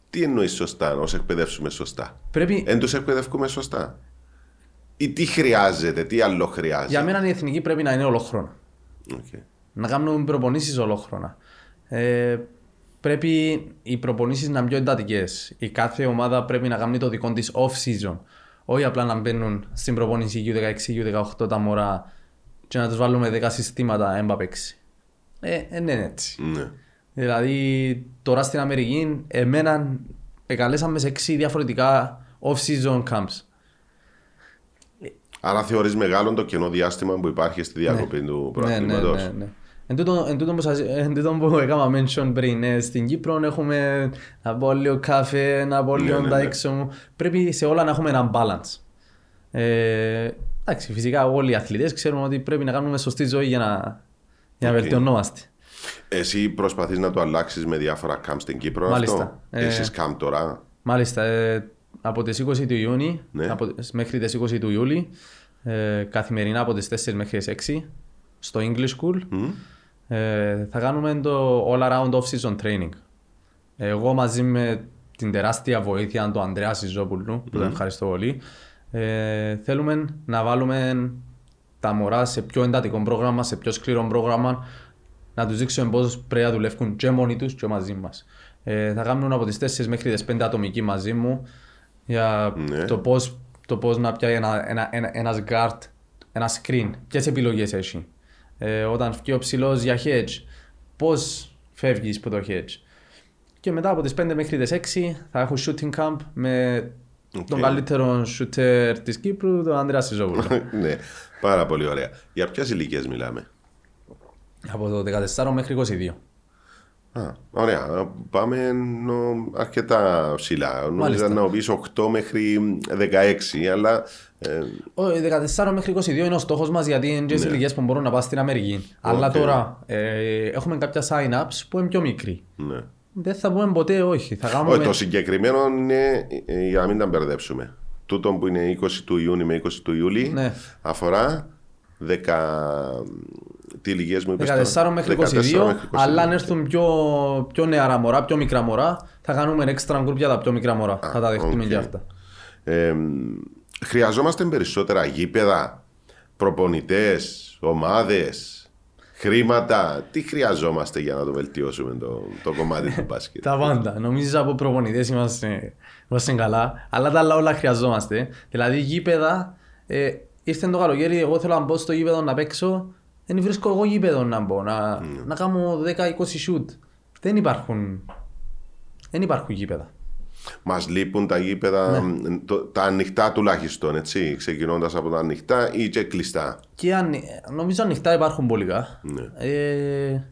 Τι εννοείς σωστά, να του εκπαιδεύσουμε σωστά. πρέπει... Δεν του εκπαιδεύουμε σωστά. Ή τι χρειάζεται, τι άλλο χρειάζεται. για μένα η εθνική πρέπει να είναι ολόχρονα. Οκ. να κάνουν προπονήσεις ολόχρονα. Ε, πρέπει οι προπονήσεις να είναι πιο εντατικές. Η κάθε ομάδα πρέπει να κάνει το δικό της off-season. Όχι απλά να μπαίνουν στην προπονήση U16, U18 τα μωρά και να τους βάλουμε 10 συστήματα έμπα παίξει. Ε, ε, ναι, είναι έτσι. Ναι. Δηλαδή, τώρα στην Αμερική, εμένα εκαλέσαμε σε 6 διαφορετικά off-season camps. Άρα θεωρείς μεγάλο το κενό διάστημα που υπάρχει στη διακοπή του προαθλήματο. Ναι, ναι, ναι. Εν τούτο, εν τούτο που, σας, εν τούτο που έκανα mention πριν, ε, στην Κύπρο έχουμε να πω λίγο καφέ, να πω λίγο ναι, τα ναι. έξω μου. Πρέπει σε όλα να έχουμε ένα balance. Ε, εντάξει, φυσικά όλοι οι αθλητές ξέρουμε ότι πρέπει να κάνουμε σωστή ζωή για να, για να Οκ. βελτιωνόμαστε. Εσύ προσπαθείς να το αλλάξεις με διάφορα καμπ στην Κύπρο. Μάλιστα. Αυτό. Ε, Έχεις καμπ τώρα. Μάλιστα, ε, από τις 20 του Ιούνιου Ναι. από, μέχρι τις 20 του Ιούλη, ε, καθημερινά από τις 4 μέχρι τις 6, στο English School, ε, θα κάνουμε το All Around Off-Season Training. Εγώ μαζί με την τεράστια βοήθεια του Ανδρέα Σιζόπουλου, που τον ευχαριστώ πολύ, ε, θέλουμε να βάλουμε τα μωρά σε πιο εντατικό πρόγραμμα, σε πιο σκληρό πρόγραμμα, να τους δείξουμε πώς πρέπει να δουλεύουν και μόνοι τους και μαζί μας. Ε, θα κάνουν από τις 4 μέχρι τις 5 ατομικοί μαζί μου για Ναι. το, πώς, το πώς να πιάει ένα, ένα, ένα, ένας guard, ένα screen, ποιες επιλογές έχει. Ε, όταν βγει ο ψηλός για hedge, πώς φεύγεις από το hedge. Και μετά από τις 5 μέχρι τις 6 θα έχω shooting camp με τον Οκ. καλύτερο shooter της Κύπρου, τον Ανδρέα Σιζόπουλο. ναι. Πάρα πολύ ωραία. Για ποιες ηλικίες μιλάμε. από το 14 μέχρι 22. Α, ωραία. Πάμε νο, αρκετά ψηλά. Νόμιζα Μάλιστα. να πεις 8 μέχρι 16, αλλά ε, Ο 14 μέχρι 22 είναι ο στόχος μας γιατί είναι Ναι. και οι ηλικίες που μπορούν να πάνε στην Αμερική. Αλλά τώρα ε, έχουμε κάποια sign-ups που είναι πιο μικροί. ναι. Δεν θα πούμε ποτέ όχι. Θα κάνουμε. Όχι, το συγκεκριμένο είναι ε, για να μην τα μπερδέψουμε. Τούτο που είναι 20 του Ιούνιου με 20 του Ιούλη Ναι. αφορά 10. Τι ηλικίες μου είπες τώρα? 14 μέχρι 22, 14 μέχρι ναι. 22. αλλά αν έρθουν πιο, πιο νεαρά μωρά, πιο μικρά μωρά, θα κάνουμε extra group για τα πιο μικρά μωρά. θα τα δεχτούμε οκ. και αυτά. Ε, μ, χρειαζόμαστε περισσότερα γήπεδα, προπονητές, ομάδες, χρήματα. Τι χρειαζόμαστε για να το βελτιώσουμε το, το κομμάτι του μπάσκετ. Τα πάντα. Νομίζω από προπονητές είμαστε, είμαστε καλά. Αλλά τα άλλα όλα χρειαζόμαστε. Δηλαδή, γήπεδα. Ε, ήρθε το καλοκαίρι, εγώ θέλω να μπω στο γήπεδο να παίξω. Δεν βρίσκω εγώ γήπεδο να μπω. Να, Ναι. να κάνω 10-20 shoot. Δεν υπάρχουν. Δεν υπάρχουν γήπεδα. Μας λείπουν τα γήπεδα, Ναι. το- τα ανοιχτά τουλάχιστον, έτσι. Ξεκινώντας από τα ανοιχτά ή και κλειστά. Και αν, νομίζω ανοιχτά υπάρχουν πολλικά. Ναι. Ε,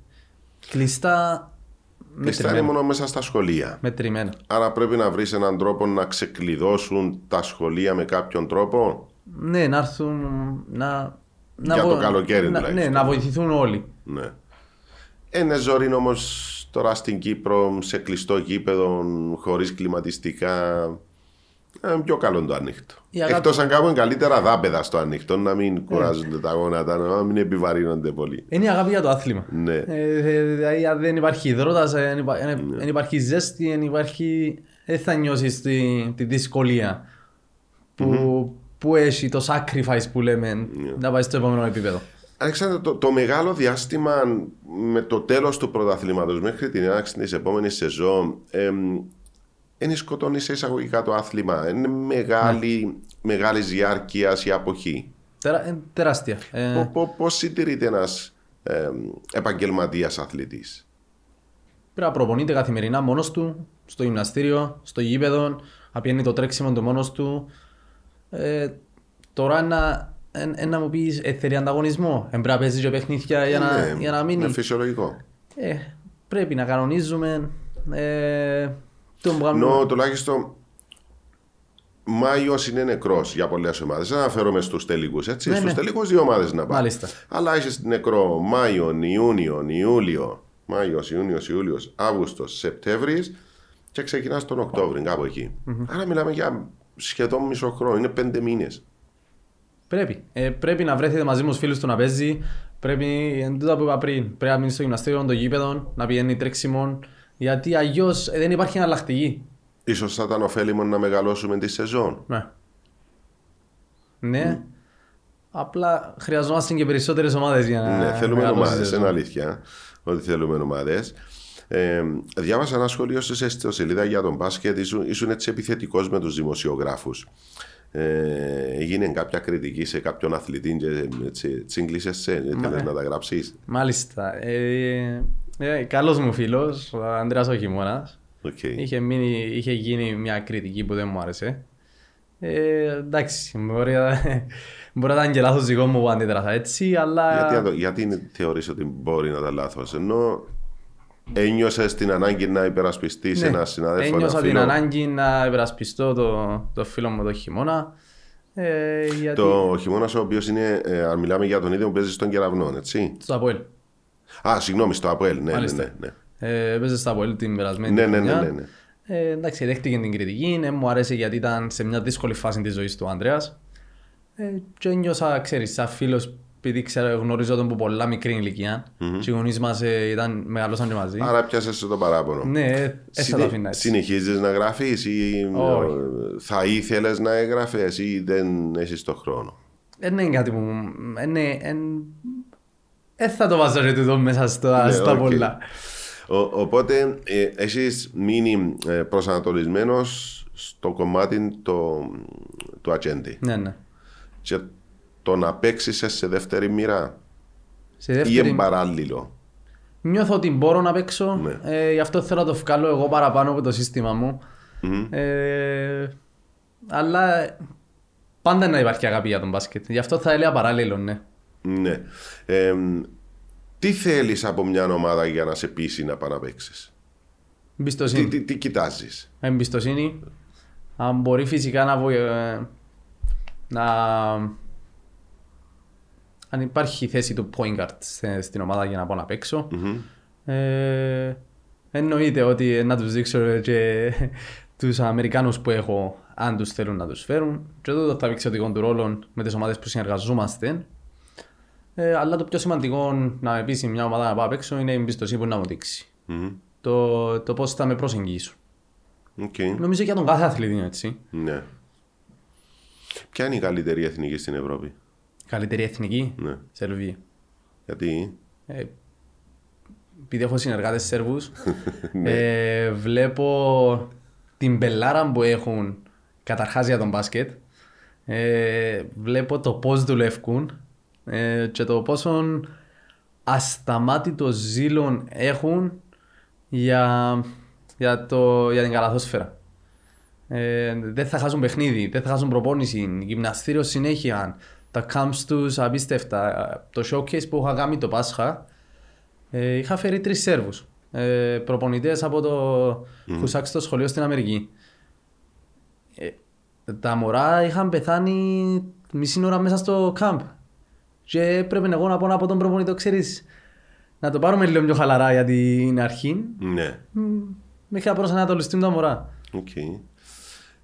κλειστά. Κλειστά Μετρημένα. είναι μόνο μέσα στα σχολεία. μετρημένα. Άρα πρέπει να βρεις έναν τρόπο να ξεκλειδώσουν τα σχολεία με κάποιον τρόπο. Ναι, να έρθουν να. να Για το βο- καλοκαίρι δηλαδή, να- Ναι, τουλάχιστον. να βοηθηθούν όλοι. Ναι. Ε, Ένα ζόρι όμως τώρα στην Κύπρο σε κλειστό γήπεδο, χωρίς κλιματιστικά. Ε, πιο καλό το ανοιχτό. Η αγάπη- Ναι. Εκτός αν κάνουν καλύτερα δάπεδα στο ανοιχτό, να μην κουράζονται τα γόνατα, να μην επιβαρύνονται πολύ. Είναι η αγάπη για το άθλημα. Ναι. Ε, ε, δηλαδή, αν δεν υπάρχει υδρότας, δεν υπα- δεν- δεν υπάρχει ζέστη, δεν υπάρχει. Δεν θα νιώσεις τη, τη δυσκολία που, που έχει το sacrifice που λέμε Ναι. να πάει στο επόμενο επίπεδο. Αλέξανδρε, το, το μεγάλο διάστημα με το τέλος του πρωταθλήματος μέχρι την έναρξη της επόμενης σεζόν εμ, είναι σκοτώνει σε εισαγωγικά το άθλημα. Είναι μεγάλη, μεγάλης διάρκειας η αποχή. Τερα, ε, τεράστια. Ε, Πο- πο- Πώς συντηρείται ένας εμ, επαγγελματίας αθλητής. Πρέπει να προπονείται καθημερινά μόνος του, στο γυμναστήριο, στο γήπεδο, να πιένει το τρέξιμο του μόνος του. Ε, τώρα να, εν- εν να μου πεις ε, θέλει ανταγωνισμό. Ε, πρέπει να παίζεις και παιχνίδια για να, Ναι, για να Είναι μείνει. φυσιολογικό. Ε, πρέπει να κανονίζουμε. Ε, τον που κάνουμε. Ενώ τουλάχιστον Μάιο είναι νεκρός για πολλές ομάδες. Δεν αναφέρομαι στους τελικούς. έτσι. Ναι, στους ναι. τελικούς δύο ομάδες να πάνε. Μάλιστα. Αλλά έχεις νεκρό Μάιο, Ιούνιο, Ιούλιο. Μάιος, Ιούνιος, Ιούλιος, Αύγουστος, Σεπτέμβρης και ξεκινάς τον Οκτώβριο, κάπου εκεί. Άρα μιλάμε για σχεδόν μισό χρόνο. Είναι πέντε μήνες. Πρέπει. Ε, πρέπει να βρέθετε μαζί με του φίλους του να παίζει. Πρέπει, εν τούτα που είπα πριν, πρέπει να μείνει στο γυμναστήριο των γήπεδων, να πηγαίνει τρέξιμο. Γιατί αλλιώς δεν υπάρχει εναλλακτική. σω θα ήταν ωφέλιμο να μεγαλώσουμε τη σεζόν. Ναι. Ναι. Απλά χρειαζόμαστε και περισσότερες ομάδες για να. Ναι, θέλουμε μεγαλώσει η ομάδε. σεζόν. Είναι αλήθεια ότι θέλουμε ομάδες. Ε, διάβασα ένα σχολείο στη ιστοσελίδα για τον μπάσκετ. Ήσουν, ήσουν έτσι επιθετικός με τους δημοσιογράφους. Ε, έγινε κάποια κριτική σε κάποιον αθλητή και έτσι, τσίγκλισε σε. Ναι. Θέλει να τα γράψεις. Μάλιστα. Ε, ε, Καλός μου φίλος, ο Αντρέα ο Χειμώνας, Είχε, μείνει, είχε γίνει μια κριτική που δεν μου άρεσε. Ε, εντάξει, μπορεί, να- μπορεί να ήταν και λάθος δικό μου που αντίδρασα έτσι, αλλά. Γιατί, να το- γιατί είναι- θεωρείς ότι μπορεί να ήταν λάθος, ενώ ένιωσες την ανάγκη να υπερασπιστείς Ναι. ένα συνάδελφο. ένα Ένιωσα την φίλο. ανάγκη να υπερασπιστώ το, το φίλο μου το χειμώνα. Ε, γιατί... Το χειμώνα ο οποίος είναι, ε, αν μιλάμε για τον ίδιο που παίζεις στον κεραυνό, έτσι. Στο Αποέλ. Α, συγγνώμη, στο ΑΠΟΕΛ. Ναι, ναι, Μάλιστα. ναι, ναι. Ε, Έπαιζε στα πολύ την περασμένη Ναι, ναι, ναι, ναι, χρονιά. ναι. Ε, εντάξει, δέχτηκε την κριτική. Ναι, μου αρέσει γιατί ήταν σε μια δύσκολη φάση της ζωής του Ανδρέας. Ε, και νιώσα, ξέρεις, σαν φίλος, επειδή ξέρω, γνωρίζω τον από πολλά μικρή ηλικία. Και οι γονείς μας ε, ήταν, μεγαλώσαν και μαζί. Άρα πιάσες το παράπονο. Ναι, ε, ε, θα το αφήνα έτσι. Συνεχίζεις να γράφει ή Όχι. ε, θα ήθελες να έγραφες ή δεν έχεις το χρόνο. Δεν Ε, ναι, είναι κάτι που. μου- ε, Ναι, εν... ε, θα το βάζω ρε τούτο μέσα στα, Ναι, στα οκ. πολλά. Ο- οπότε ε, έχεις μείνει ε, προσανατολισμένος στο κομμάτι το, του ατζέντη. Ναι, ναι. Και το να παίξεις σε δεύτερη μοίρα Σε ή δεύτερη, εμπαράλληλο. νιώθω ότι μπορώ να παίξω. Ναι. Ε, γι' αυτό θέλω να το βγάλω εγώ παραπάνω από το σύστημα μου. Ε, αλλά πάντα να υπάρχει αγάπη για τον μπάσκετ. Γι' αυτό θα έλεγα παράλληλο, ναι. Ναι. Ε, τι θέλεις από μια ομάδα για να σε πείσει να παραπέξει. Τι, Εμπιστοσύνη. τι, τι κοιτάζεις. Εμπιστοσύνη. Αν μπορεί φυσικά να, βοη- ε, να... Αν υπάρχει θέση του point guard σε- στην ομάδα για να πάω να παίξω. Ε, εννοείται ότι ε, να τους δείξω και τους Αμερικάνους που έχω αν τους θέλουν να τους φέρουν και εδώ θα παίξω δικό του ρόλο με τις ομάδες που συνεργαζόμαστε ε, αλλά το πιο σημαντικό να με πείσει μια ομάδα να πάω απ' έξω είναι η εμπιστοσύνη που να μου δείξει Μμμ. το, το πώς θα με προσεγγίσουν Οκ. νομίζω και για τον κάθε αθλητή είναι έτσι Ναι. Ποια είναι η καλύτερη εθνική στην Ευρώπη, καλύτερη εθνική Ναι. Σερβία Γιατί. Ε, επειδή έχω συνεργάτες Σέρβους, ε, βλέπω την πελάρα που έχουν καταρχάς για τον μπάσκετ. Ε, βλέπω το πώς δουλεύουν ε, και το πόσο ασταμάτητο ζήλων έχουν για, για, το, για την καλαθόσφαιρα. Ε, δεν θα χάσουν παιχνίδι, δεν θα χάσουν προπόνηση, γυμναστήριο συνέχεια. Τα camps τους απίστευτα. Το showcase που είχα κάνει το Πάσχα, ε, είχα φέρει τρεις Σέρβους. Ε, Προπονητές από το Χουσάκ στο σχολείο στην Αμερική. Ε, τα μωρά είχαν πεθάνει μισή ώρα μέσα στο camp. Και έπρεπε εγώ να πω από τον προπονητή, ξέρεις, να το πάρουμε λίγο πιο χαλαρά για την αρχή. Ναι. Μ, Μέχρι να προσανατολιστούν τα μωρά. Οκ.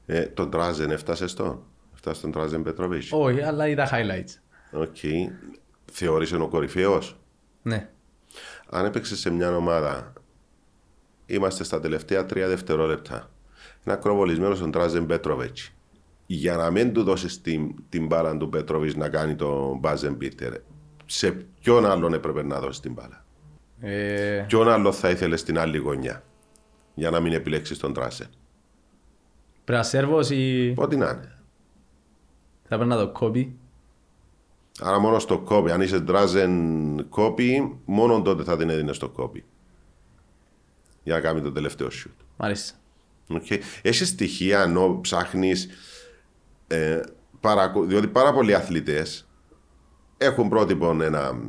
Ε, τον Τράζεν έφτασε τον. Έφτασε τον Τράζεν Πετροβίτσι. Όχι, αλλά είδα highlights. Οκ. Θεωρείς ο κορυφαίος. Ναι. Αν έπαιξε σε μια ομάδα, είμαστε στα τελευταία τρία δευτερόλεπτα. Είναι ακροβολισμένος στον Τράζεν Πέτροβιτ. Για να μην του δώσεις την, την μπάλα του Πέτροβιτ να κάνει τον Μπάζεν Πίτερ, σε ποιον άλλον έπρεπε να δώσεις την μπάλα. Ε, Ποιον άλλο θα ήθελες στην άλλη γωνιά για να μην επιλέξεις τον Τράζεν. Πρασέρβος ή. Ό,τι να είναι. Θα πρέπει να το κόμπι. Άρα μόνο στο κόπι. Αν είσαι Τράζεν κόπι, μόνο τότε θα την έδινες στο κόπι. Για να κάνει το τελευταίο shoot. Μ' αρέσει. Okay. Έχει στοιχεία ενώ ψάχνεις. Ε, παρακου- διότι πάρα πολλοί αθλητές έχουν πρότυπο ένα,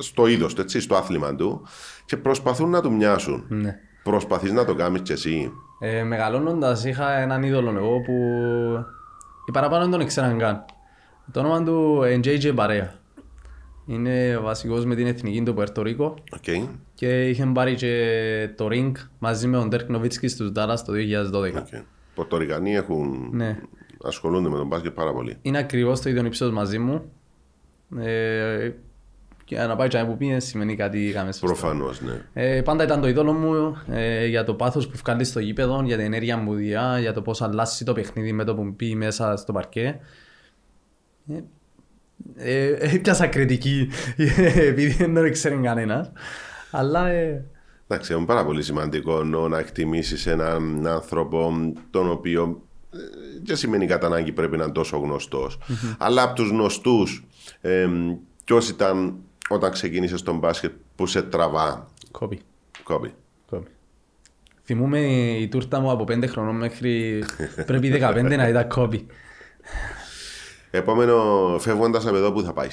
στο είδος του, έτσι, στο άθλημα του και προσπαθούν να του μοιάσουν. Ναι. Προσπαθείς να το κάνεις κι εσύ. Ε, Μεγαλώνοντας, είχα έναν είδωλο εγώ που. οι παραπάνω δεν τον ήξεραν καν. Το όνομα του ε, JJ Μπαρέα. Είναι βασικός με την εθνική του Περτορίκο Okay. και είχε πάρει και το ring μαζί με τον Τέρκ Νοβίτσκι στους Dallas το 2012. Okay. Πορτορικανοί έχουν... Ναι. ασχολούνται με τον μπάσκετ πάρα πολύ. Είναι ακριβώς το ίδιο ύψος μαζί μου. Ε, και να πάει τσάι που πήγε σημαίνει κάτι είχαμε σωστά. Προφανώς, ναι. Ε, πάντα ήταν το είδωλο μου ε, για το πάθος που βγάλει στο γήπεδο, για την ενέργεια που διά, για το πώς αλλάσει το παιχνίδι με το που μπει μέσα στο παρκέ. Ε, ε, έπιασα κριτική επειδή δεν τον ξέρει κανένας. Αλλά ε, Εντάξει, είναι πάρα πολύ σημαντικό νο, να εκτιμήσεις έναν άνθρωπο τον οποίο ε, δεν σημαίνει κατά ανάγκη πρέπει να είναι τόσο γνωστός. Αλλά από τους γνωστούς, ε, ποιος ήταν όταν ξεκίνησες τον μπάσκετ που σε τραβά, κόπη. Κόμπι. κόπη. Θυμούμαι η τούρτα μου από 5 χρονών μέχρι πρέπει 15 να ήταν κόπη. Επόμενο, φεύγοντας από εδώ, πού θα πάεις.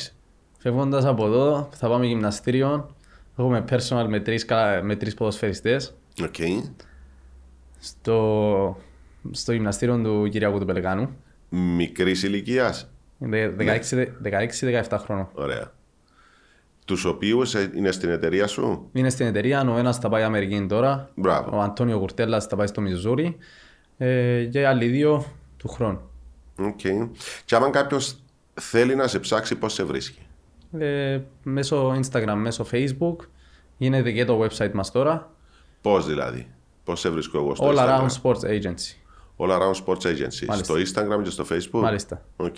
Φεύγοντας από εδώ, θα πάμε γυμναστήριο. Έχουμε personal με τρεις με τρεις ποδοσφαιριστές Οκ. στο, στο γυμναστήριο του Κυριακού του Πελεκάνου. Μικρής ηλικίας. Ναι. Δε- 16-17 χρόνων. Ωραία. Τους οποίους είναι στην εταιρεία σου. Είναι στην εταιρεία, ο ένας θα πάει Αμερική τώρα. Μπράβο. Ο Αντώνιο Κουρτέλλα θα πάει στο Μιζούρι. Ε, και οι άλλοι δύο του χρόνου. Οκ. Και άμα κάποιος θέλει να σε ψάξει, πώς σε βρίσκει. Ε, μέσω Instagram, μέσω Facebook. Γίνεται και το website μας τώρα. Πώς δηλαδή. Πώς σε βρίσκω εγώ στο All Instagram. Around Sports Agency. All Around Sports Agency. Μάλιστα. Στο Instagram και στο Facebook. Μάλιστα. Οκ.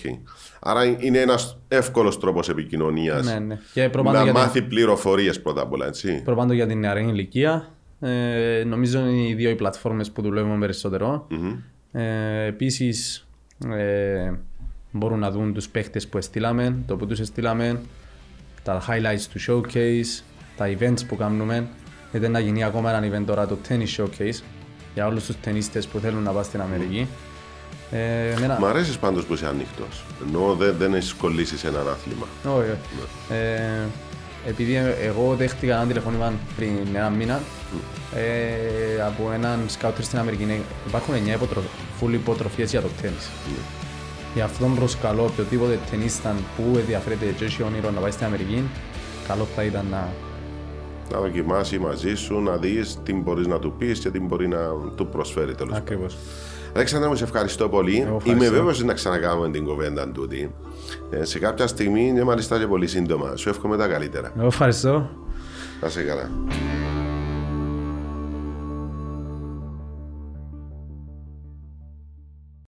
Άρα είναι ένας εύκολος τρόπος επικοινωνίας. Ναι, ναι. Και προπάνω Να για την- μάθει πληροφορίες πρώτα απ' όλα, έτσι. Προπάντων για την νεαρή ηλικία. Ε, νομίζω είναι οι δύο οι πλατφόρμες που δουλεύουμε περισσότερο. Ε, επίσης, ε, μπορούν να δουν τους παίχτες που εστήλαμε, το που τους εστήλαμε, τα highlights του showcase, τα events που κάνουμε. Γιατί να γίνει ακόμα ένα event τώρα, το tennis showcase, για όλους τους ταινίστες που θέλουν να πάνε στην Αμερική. Ε, εμένα- Μ' αρέσεις πάντως που είσαι ανοιχτός. Ενώ δεν, δεν έχεις κολλήσει σε ένα άθλημα. Όχι, όχι. Ε, επειδή εγώ δέχτηκα ένα τηλεφώνημα πριν ένα μήνα ε, από έναν σκάουτερ στην Αμερική. Είναι- Υπάρχουν 9 υποτρο... full υποτροφίες για το τέννις. Γι' αυτόν προσκαλώ οποιοδήποτε ταινίσταν που ενδιαφέρεται και έχει όνειρο να πάει στην Αμερική, καλό θα ήταν να... Να δοκιμάσει μαζί σου, να δεις τι μπορείς να του πεις και τι μπορεί να του προσφέρει τέλος πάντων. Ακριβώς. Αλέξανδρα μου, σε Ε, ευχαριστώ πολύ. ευχαριστώ. Είμαι βέβαιος να ξανακάνουμε την κουβέντα τούτη. Ε, σε κάποια στιγμή, ναι, μάλιστα και πολύ σύντομα. Σου εύχομαι τα καλύτερα. Εγώ ευχαριστώ. Να σε καλά.